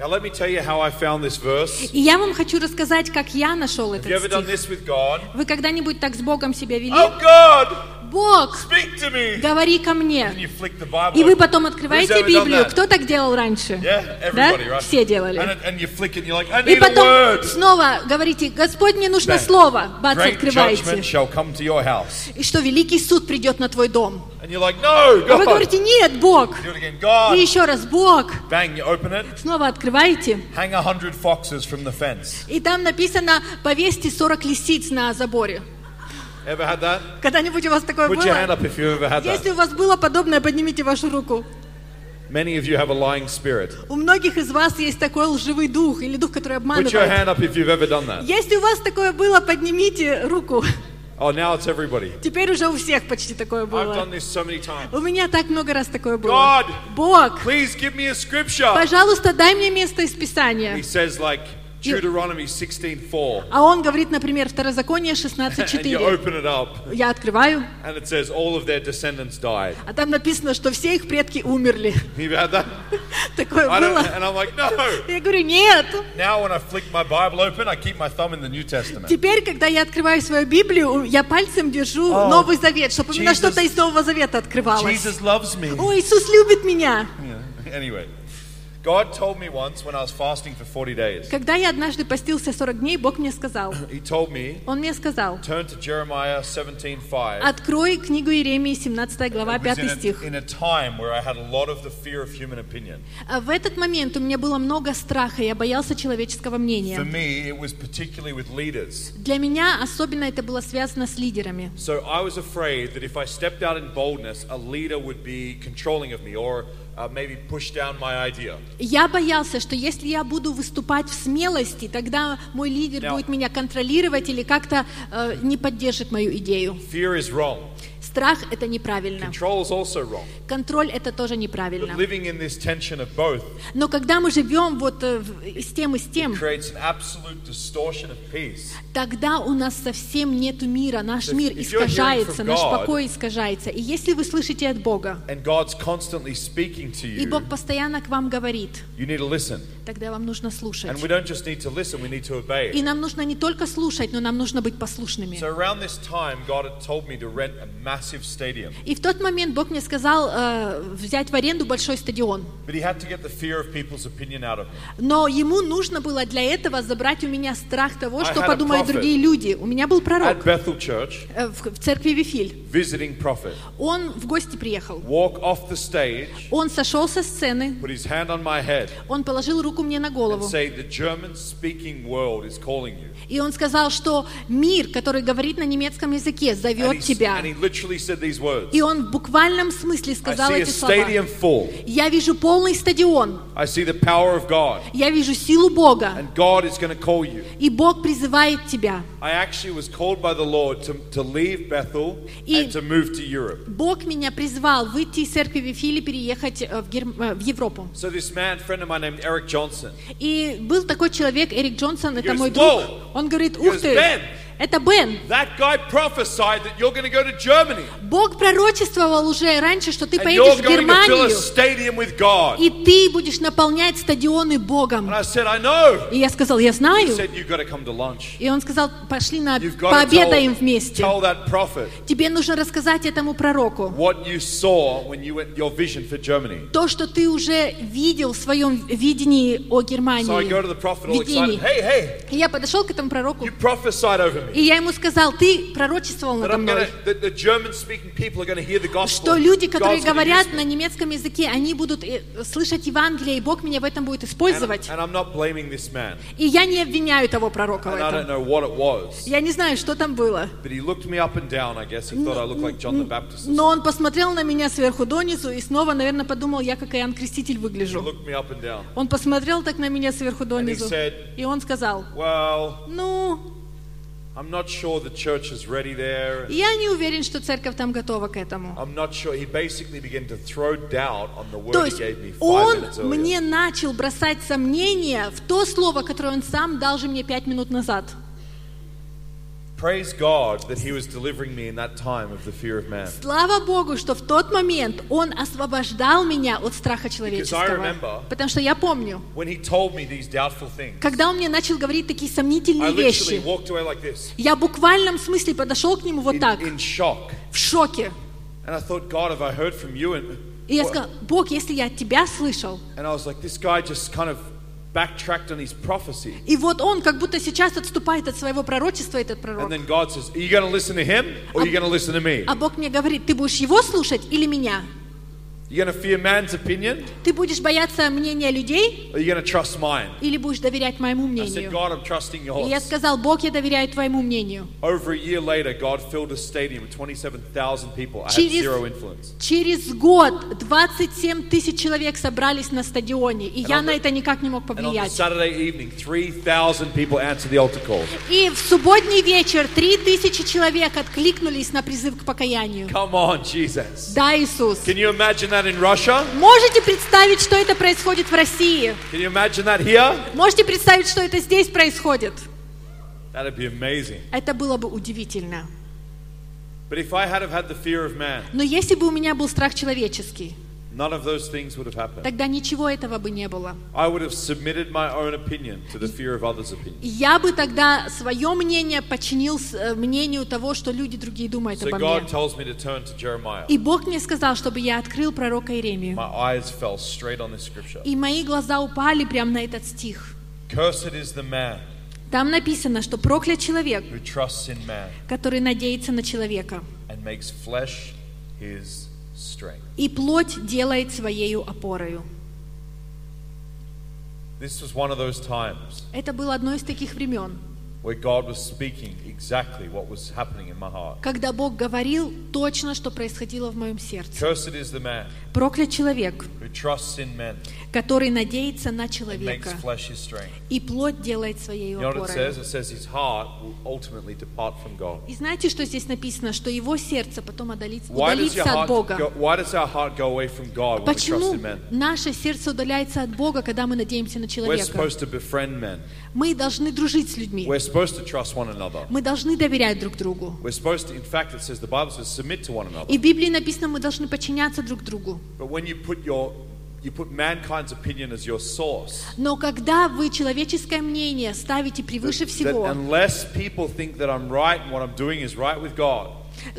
[SPEAKER 3] Now, let me tell you how I found this verse.
[SPEAKER 2] И я вам хочу рассказать, как я нашел
[SPEAKER 3] Have you
[SPEAKER 2] этот
[SPEAKER 3] ever done
[SPEAKER 2] стих.
[SPEAKER 3] this with God?
[SPEAKER 2] Вы когда-нибудь так с Богом себя вели?
[SPEAKER 3] Oh, God,
[SPEAKER 2] Бог,
[SPEAKER 3] speak to me.
[SPEAKER 2] говори ко
[SPEAKER 3] And
[SPEAKER 2] мне.
[SPEAKER 3] you flick the Bible.
[SPEAKER 2] И вы
[SPEAKER 3] open.
[SPEAKER 2] потом
[SPEAKER 3] Who's
[SPEAKER 2] открываете
[SPEAKER 3] ever done
[SPEAKER 2] Библию.
[SPEAKER 3] that?
[SPEAKER 2] Кто так делал раньше?
[SPEAKER 3] Yeah,
[SPEAKER 2] Да?
[SPEAKER 3] everybody, right?
[SPEAKER 2] Все делали.
[SPEAKER 3] And, and you flick it and you're like, I
[SPEAKER 2] И
[SPEAKER 3] need a
[SPEAKER 2] потом
[SPEAKER 3] word.
[SPEAKER 2] снова говорите, Господь, мне нужно
[SPEAKER 3] Да.
[SPEAKER 2] слово. Бац,
[SPEAKER 3] Great
[SPEAKER 2] открываете.
[SPEAKER 3] judgment shall come to your house.
[SPEAKER 2] И что великий суд придет на твой дом.
[SPEAKER 3] And you're like, no,
[SPEAKER 2] А вы
[SPEAKER 3] God.
[SPEAKER 2] говорите, нет, Бог.
[SPEAKER 3] Do it again.
[SPEAKER 2] И
[SPEAKER 3] God.
[SPEAKER 2] еще раз, Бог.
[SPEAKER 3] Bang, you open it.
[SPEAKER 2] Снова открываете.
[SPEAKER 3] Hang a hundred foxes from the fence.
[SPEAKER 2] И там написано «Повесьте 40 лисиц на заборе».
[SPEAKER 3] Ever had that?
[SPEAKER 2] Когда-нибудь у вас такое
[SPEAKER 3] Put your hand
[SPEAKER 2] было?
[SPEAKER 3] up if you've ever had that.
[SPEAKER 2] Если у вас было подобное, поднимите вашу руку.
[SPEAKER 3] Many of you have a lying spirit.
[SPEAKER 2] У многих из вас есть такой лживый дух или дух, который
[SPEAKER 3] Put your
[SPEAKER 2] обманывает.
[SPEAKER 3] hand up if you've ever done that.
[SPEAKER 2] Если у вас такое было, поднимите руку.
[SPEAKER 3] Oh, now it's everybody.
[SPEAKER 2] Теперь уже у всех почти такое
[SPEAKER 3] I've done
[SPEAKER 2] было.
[SPEAKER 3] this so many times.
[SPEAKER 2] У меня так много раз такое было.
[SPEAKER 3] God.
[SPEAKER 2] Бог,
[SPEAKER 3] Please give me a scripture.
[SPEAKER 2] пожалуйста, дай мне место из
[SPEAKER 3] He
[SPEAKER 2] Писания.
[SPEAKER 3] says like Deuteronomy 16:4,
[SPEAKER 2] А он говорит, например, Второзаконие
[SPEAKER 3] *laughs* and you
[SPEAKER 2] 16.4.
[SPEAKER 3] open it up,
[SPEAKER 2] Я открываю,
[SPEAKER 3] and it says all of their descendants died.
[SPEAKER 2] а там написано, что все их предки умерли. *laughs*
[SPEAKER 3] Have you had that?
[SPEAKER 2] Такое
[SPEAKER 3] I don't,
[SPEAKER 2] было.
[SPEAKER 3] and I'm like, no.
[SPEAKER 2] Я говорю, нет.
[SPEAKER 3] Now when I flick my Bible open, I keep my thumb in the New Testament.
[SPEAKER 2] Теперь, когда я открываю свою Библию, я пальцем держу
[SPEAKER 3] О,
[SPEAKER 2] Новый Завет, чтобы у меня
[SPEAKER 3] А, Jesus.
[SPEAKER 2] что-то из Нового Завета открывалось.
[SPEAKER 3] Jesus loves me.
[SPEAKER 2] О, Иисус любит меня.
[SPEAKER 3] Yeah. *laughs* Anyway, God told me once when I was fasting for 40 days.
[SPEAKER 2] Когда я однажды постился 40 дней, Бог мне сказал.
[SPEAKER 3] He told me
[SPEAKER 2] Он мне сказал,
[SPEAKER 3] turn to Jeremiah 17:5.
[SPEAKER 2] открой книгу Иеремии, 17 глава,
[SPEAKER 3] It was
[SPEAKER 2] 5
[SPEAKER 3] in,
[SPEAKER 2] стих.
[SPEAKER 3] a, in a time where I had a lot of the fear of human opinion.
[SPEAKER 2] А В этот момент у меня было много страха, я боялся человеческого
[SPEAKER 3] For
[SPEAKER 2] мнения.
[SPEAKER 3] me, it was particularly with leaders.
[SPEAKER 2] Для меня особенно это было связано с лидерами.
[SPEAKER 3] So I was afraid that if I stepped out in boldness, a leader would be controlling of me or uh, maybe push down my idea.
[SPEAKER 2] Я боялся, что если я буду выступать в смелости, тогда мой лидер
[SPEAKER 3] Now-
[SPEAKER 2] будет меня контролировать или как-то э, не поддержит мою идею.
[SPEAKER 3] Fear is wrong.
[SPEAKER 2] Страх — это неправильно.
[SPEAKER 3] Control is also wrong.
[SPEAKER 2] Контроль — это тоже
[SPEAKER 3] But
[SPEAKER 2] неправильно.
[SPEAKER 3] living in this tension of both
[SPEAKER 2] Но когда мы живем вот э, в- с тем и с тем,
[SPEAKER 3] creates an absolute distortion of peace.
[SPEAKER 2] тогда у нас совсем нет мира. Наш мир
[SPEAKER 3] If you're hearing
[SPEAKER 2] искажается,
[SPEAKER 3] from
[SPEAKER 2] наш
[SPEAKER 3] God-
[SPEAKER 2] покой искажается. И если вы слышите от Бога,
[SPEAKER 3] And God's constantly speaking to
[SPEAKER 2] и
[SPEAKER 3] you.
[SPEAKER 2] Бог постоянно к вам говорит,
[SPEAKER 3] You need to listen.
[SPEAKER 2] тогда вам нужно
[SPEAKER 3] And
[SPEAKER 2] слушать.
[SPEAKER 3] we don't just need to listen, we need to
[SPEAKER 2] И
[SPEAKER 3] obey.
[SPEAKER 2] нам нужно не только слушать, но нам нужно быть послушными.
[SPEAKER 3] So around this time, God had told me to rent a massive stadium.
[SPEAKER 2] И в тот момент Бог мне сказал э, взять в аренду большой стадион.
[SPEAKER 3] But he had to get the fear of people's opinion out of me.
[SPEAKER 2] Но ему нужно было для этого забрать у меня страх того,
[SPEAKER 3] I
[SPEAKER 2] что
[SPEAKER 3] had a
[SPEAKER 2] подумают
[SPEAKER 3] prophet.
[SPEAKER 2] другие люди. У меня был пророк
[SPEAKER 3] At Bethel Church,
[SPEAKER 2] э, в, в церкви Вифиль.
[SPEAKER 3] visiting prophet,
[SPEAKER 2] Он в гости приехал.
[SPEAKER 3] walk off the stage,
[SPEAKER 2] Он сошел со сцены,
[SPEAKER 3] put his hand on my head,
[SPEAKER 2] он положил руку мне на
[SPEAKER 3] and
[SPEAKER 2] голову.
[SPEAKER 3] say, The German speaking world is calling you.
[SPEAKER 2] И он сказал, что мир, который говорит на немецком языке,
[SPEAKER 3] And
[SPEAKER 2] зовет
[SPEAKER 3] he,
[SPEAKER 2] тебя.
[SPEAKER 3] and he literally said these words
[SPEAKER 2] И он в буквальном смысле
[SPEAKER 3] I
[SPEAKER 2] сказал
[SPEAKER 3] see a
[SPEAKER 2] эти слова.
[SPEAKER 3] stadium full,
[SPEAKER 2] Я вижу полный стадион,
[SPEAKER 3] I see the power of God,
[SPEAKER 2] я вижу силу Бога,
[SPEAKER 3] and God is going to call you.
[SPEAKER 2] и Бог призывает тебя.
[SPEAKER 3] I actually was called by the Lord to, to leave Bethel
[SPEAKER 2] И-
[SPEAKER 3] and to move to Europe.
[SPEAKER 2] Бог меня призвал выйти из церкви Вифиль и переехать э, в, Герм- э, в Европу.
[SPEAKER 3] So this man, friend of mine named Eric Johnson,
[SPEAKER 2] И был такой человек, Эрик Джонсон, это
[SPEAKER 3] goes,
[SPEAKER 2] мой друг.
[SPEAKER 3] «Воу!»
[SPEAKER 2] Он говорит,
[SPEAKER 3] He
[SPEAKER 2] ух
[SPEAKER 3] goes,
[SPEAKER 2] ты,
[SPEAKER 3] «Бен!»
[SPEAKER 2] это Бен.
[SPEAKER 3] that guy prophesied that you're going to go to Germany.
[SPEAKER 2] Бог пророчествовал уже раньше, что ты
[SPEAKER 3] And you're
[SPEAKER 2] поедешь в
[SPEAKER 3] going to fill a
[SPEAKER 2] Германию,
[SPEAKER 3] stadium with God.
[SPEAKER 2] и ты будешь наполнять стадионы Богом.
[SPEAKER 3] And I said, I know.
[SPEAKER 2] И я сказал, я
[SPEAKER 3] He
[SPEAKER 2] знаю.
[SPEAKER 3] said, You've got to come to lunch.
[SPEAKER 2] И он сказал, пошли на
[SPEAKER 3] You've got to
[SPEAKER 2] пообедаем
[SPEAKER 3] tell,
[SPEAKER 2] вместе.
[SPEAKER 3] tell that prophet
[SPEAKER 2] Тебе нужно рассказать этому пророку
[SPEAKER 3] what you saw when you went your vision for Germany.
[SPEAKER 2] то, что ты уже видел в своем видении о
[SPEAKER 3] So I
[SPEAKER 2] Германии.
[SPEAKER 3] go to the prophet all
[SPEAKER 2] видении.
[SPEAKER 3] excited. Hey, hey,
[SPEAKER 2] И я подошел к этому пророку
[SPEAKER 3] you prophesied over over
[SPEAKER 2] И
[SPEAKER 3] me.
[SPEAKER 2] я ему сказал, ты пророчествовал
[SPEAKER 3] That
[SPEAKER 2] надо
[SPEAKER 3] I'm gonna,
[SPEAKER 2] мной,
[SPEAKER 3] that the German speaking people are going to hear the gospel.
[SPEAKER 2] что люди, которые
[SPEAKER 3] God's gonna use
[SPEAKER 2] говорят
[SPEAKER 3] me.
[SPEAKER 2] на немецком языке, они будут э, слышать Евангелие, и Бог меня в этом будет
[SPEAKER 3] And,
[SPEAKER 2] использовать.
[SPEAKER 3] and I'm not blaming this man.
[SPEAKER 2] И я не обвиняю того пророка в
[SPEAKER 3] And I don't
[SPEAKER 2] этом.
[SPEAKER 3] know what it was.
[SPEAKER 2] Я не знаю, что там было.
[SPEAKER 3] But he looked me up and down, I guess. He thought I looked like John the Baptist. or
[SPEAKER 2] Но он посмотрел на меня сверху донизу и снова, наверное, подумал, я как Иоанн Креститель
[SPEAKER 3] He
[SPEAKER 2] выгляжу.
[SPEAKER 3] looked me up and down.
[SPEAKER 2] Он посмотрел так на меня сверху донизу.
[SPEAKER 3] said-
[SPEAKER 2] И он сказал,
[SPEAKER 3] Well,
[SPEAKER 2] ну,
[SPEAKER 3] I'm not sure the church is ready there.
[SPEAKER 2] я не уверен, что церковь там готова к этому.
[SPEAKER 3] I'm not sure. He basically began to throw doubt on the
[SPEAKER 2] То
[SPEAKER 3] word he
[SPEAKER 2] есть
[SPEAKER 3] gave me five
[SPEAKER 2] он
[SPEAKER 3] minutes earlier.
[SPEAKER 2] мне начал бросать сомнения в то слово, которое он сам дал же мне пять минут назад.
[SPEAKER 3] Praise God that he was delivering me in that time of the fear of man.
[SPEAKER 2] Слава Богу, что в тот момент он освобождал меня от страха человеческого.
[SPEAKER 3] remember-
[SPEAKER 2] Потому что я помню,
[SPEAKER 3] When he told me these doubtful things,
[SPEAKER 2] когда он мне начал говорить такие
[SPEAKER 3] I
[SPEAKER 2] сомнительные
[SPEAKER 3] literally
[SPEAKER 2] вещи,
[SPEAKER 3] walked away like this
[SPEAKER 2] я в буквальном смысле подошел к нему вот
[SPEAKER 3] in,
[SPEAKER 2] так,
[SPEAKER 3] in shock.
[SPEAKER 2] в шоке.
[SPEAKER 3] And I thought, God, have I heard from you? And,
[SPEAKER 2] И я
[SPEAKER 3] what-
[SPEAKER 2] сказал, Бог, если я от тебя слышал,
[SPEAKER 3] and I was like, this guy just kind of backtracked on his prophecy.
[SPEAKER 2] и вот он как будто сейчас отступает от своего пророчества, этот
[SPEAKER 3] And
[SPEAKER 2] пророк.
[SPEAKER 3] then God says, Are you going to listen to him or are you going to listen to me?
[SPEAKER 2] А Бог мне говорит, ты будешь его слушать или меня?
[SPEAKER 3] You're going to fear man's opinion
[SPEAKER 2] Ты будешь бояться мнения людей
[SPEAKER 3] or are you going to trust mine?
[SPEAKER 2] или будешь доверять моему
[SPEAKER 3] I said,
[SPEAKER 2] мнению?
[SPEAKER 3] God, I'm trusting
[SPEAKER 2] И я
[SPEAKER 3] yours.
[SPEAKER 2] сказал, Бог, я доверяю твоему мнению.
[SPEAKER 3] Over a year later, God filled a stadium with 27,000 people. I had
[SPEAKER 2] Через-
[SPEAKER 3] zero influence.
[SPEAKER 2] Через год 27 тысяч человек собрались на стадионе, и я
[SPEAKER 3] on
[SPEAKER 2] на
[SPEAKER 3] the-
[SPEAKER 2] это никак не мог
[SPEAKER 3] And on the
[SPEAKER 2] повлиять.
[SPEAKER 3] Saturday evening, 3,000 people answered the altar call.
[SPEAKER 2] И в субботний вечер 3 тысячи человек откликнулись на призыв к покаянию.
[SPEAKER 3] Come on, Jesus.
[SPEAKER 2] Да, Иисус.
[SPEAKER 3] Can you imagine that in Russia?
[SPEAKER 2] Можете представить, что это происходит в России?
[SPEAKER 3] Can you imagine that here?
[SPEAKER 2] Можете представить, что это здесь происходит?
[SPEAKER 3] That'd be amazing.
[SPEAKER 2] Это было бы удивительно.
[SPEAKER 3] But if I had have had the fear of man,
[SPEAKER 2] Но если бы у меня был страх человеческий,
[SPEAKER 3] none of those things would have happened.
[SPEAKER 2] тогда nичего этого бы не было.
[SPEAKER 3] I would have submitted my own opinion to the fear of others' opinion.
[SPEAKER 2] И Я бы тогда свое мнение подчинил с- э, мнению того, что люди другие думают
[SPEAKER 3] So
[SPEAKER 2] обо
[SPEAKER 3] God
[SPEAKER 2] мне.
[SPEAKER 3] tells me to turn to Jeremiah.
[SPEAKER 2] И Бог мне сказал, чтобы я открыл пророка Иеремию.
[SPEAKER 3] My eyes fell straight on this scripture.
[SPEAKER 2] И мои глаза упали прямо на этот стих.
[SPEAKER 3] Cursed is the man
[SPEAKER 2] Там написано, что проклят человек,
[SPEAKER 3] who trusts in man
[SPEAKER 2] который надеется на человека,
[SPEAKER 3] and makes flesh his strength.
[SPEAKER 2] и плоть делает своею опорою.
[SPEAKER 3] This was one of those times
[SPEAKER 2] Это было одно из таких времен,
[SPEAKER 3] where God was speaking exactly what was happening in my heart.
[SPEAKER 2] когда Бог говорил точно, что происходило в моем сердце.
[SPEAKER 3] Cursed is the man
[SPEAKER 2] Проклят человек,
[SPEAKER 3] who trusts in men
[SPEAKER 2] который надеется на
[SPEAKER 3] and makes
[SPEAKER 2] человека,
[SPEAKER 3] flesh his strength.
[SPEAKER 2] и плоть делает своей
[SPEAKER 3] You know what it
[SPEAKER 2] опорой.
[SPEAKER 3] says? It says his heart will ultimately depart from God.
[SPEAKER 2] И знаете, что здесь написано? Что его сердце потом одолит-
[SPEAKER 3] Why does, your
[SPEAKER 2] удалится от
[SPEAKER 3] heart go,
[SPEAKER 2] Бога.
[SPEAKER 3] why does our heart go away from God when we trust
[SPEAKER 2] Почему
[SPEAKER 3] in men?
[SPEAKER 2] наше сердце удаляется от Бога, когда мы надеемся на
[SPEAKER 3] We're
[SPEAKER 2] человека?
[SPEAKER 3] supposed to befriend men.
[SPEAKER 2] Мы должны дружить с людьми.
[SPEAKER 3] We're supposed to trust one another.
[SPEAKER 2] Мы должны доверять друг другу.
[SPEAKER 3] We're supposed to, in fact, it says the Bible says submit to one another.
[SPEAKER 2] И в Библии написано, мы должны подчиняться друг другу.
[SPEAKER 3] But when you put your you put mankind's opinion as your source,
[SPEAKER 2] Но когда вы человеческое мнение ставите превыше
[SPEAKER 3] that
[SPEAKER 2] всего,
[SPEAKER 3] unless people think that I'm right and what I'm doing is right with God,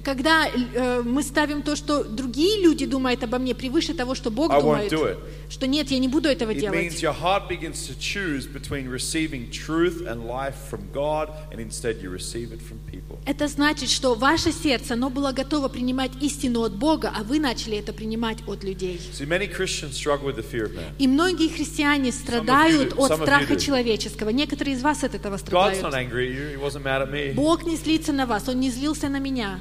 [SPEAKER 2] когда э, мы ставим то, что другие люди думают обо мне превыше того, что Бог
[SPEAKER 3] I won't
[SPEAKER 2] думает,
[SPEAKER 3] do it.
[SPEAKER 2] что нет, я не буду этого
[SPEAKER 3] it means
[SPEAKER 2] делать.
[SPEAKER 3] your heart begins to choose between receiving truth and life from God, and instead you receive it from people.
[SPEAKER 2] Это значит, что ваше сердце, оно было готово принимать истину от Бога, а вы начали это принимать от людей.
[SPEAKER 3] See, many Christians struggle with the fear of man.
[SPEAKER 2] И многие христиане страдают
[SPEAKER 3] Some of you do.
[SPEAKER 2] от
[SPEAKER 3] Some of you
[SPEAKER 2] страха
[SPEAKER 3] do.
[SPEAKER 2] человеческого. Некоторые из вас от этого
[SPEAKER 3] God's not
[SPEAKER 2] страдают.
[SPEAKER 3] angry at you; He wasn't mad at me,
[SPEAKER 2] Бог не злится на вас, Он не злился на меня,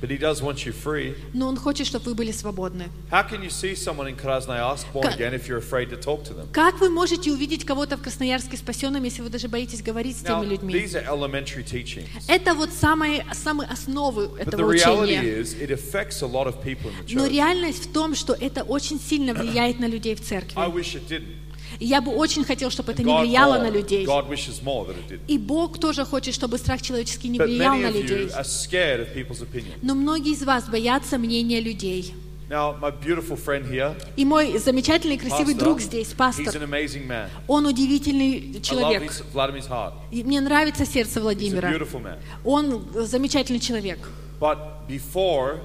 [SPEAKER 3] but He does want you free.
[SPEAKER 2] но Он хочет, чтобы вы были свободны.
[SPEAKER 3] How can you see someone in Krasnoyarsk born
[SPEAKER 2] Ka-
[SPEAKER 3] again if you're afraid to talk to them?
[SPEAKER 2] Как вы можете увидеть кого-то в Красноярске спасенным, если вы даже боитесь говорить с
[SPEAKER 3] Now,
[SPEAKER 2] теми людьми?
[SPEAKER 3] these are elementary teachings.
[SPEAKER 2] Это вот самые, самые основы
[SPEAKER 3] But
[SPEAKER 2] этого
[SPEAKER 3] the reality
[SPEAKER 2] учения.
[SPEAKER 3] is, it affects a lot of people in the
[SPEAKER 2] Но
[SPEAKER 3] church.
[SPEAKER 2] реальность в том, что это очень сильно влияет на людей в
[SPEAKER 3] I
[SPEAKER 2] церкви.
[SPEAKER 3] wish it didn't.
[SPEAKER 2] И я бы очень хотел, чтобы это не
[SPEAKER 3] God,
[SPEAKER 2] влияло на
[SPEAKER 3] more.
[SPEAKER 2] людей.
[SPEAKER 3] God wishes more that it didn't.
[SPEAKER 2] И Бог тоже хочет, чтобы страх человеческий не
[SPEAKER 3] But
[SPEAKER 2] влиял
[SPEAKER 3] many
[SPEAKER 2] на
[SPEAKER 3] of you
[SPEAKER 2] людей.
[SPEAKER 3] are scared of people's opinion.
[SPEAKER 2] Но многие из вас боятся мнения людей.
[SPEAKER 3] Now, my beautiful friend here,
[SPEAKER 2] И мой замечательный, красивый
[SPEAKER 3] pastor,
[SPEAKER 2] друг здесь,
[SPEAKER 3] he's an
[SPEAKER 2] пастор,
[SPEAKER 3] amazing man.
[SPEAKER 2] он удивительный
[SPEAKER 3] I love
[SPEAKER 2] человек.
[SPEAKER 3] his, Vladimir's heart.
[SPEAKER 2] И мне нравится сердце
[SPEAKER 3] He's a
[SPEAKER 2] Владимира.
[SPEAKER 3] beautiful man.
[SPEAKER 2] Он э, замечательный человек.
[SPEAKER 3] But before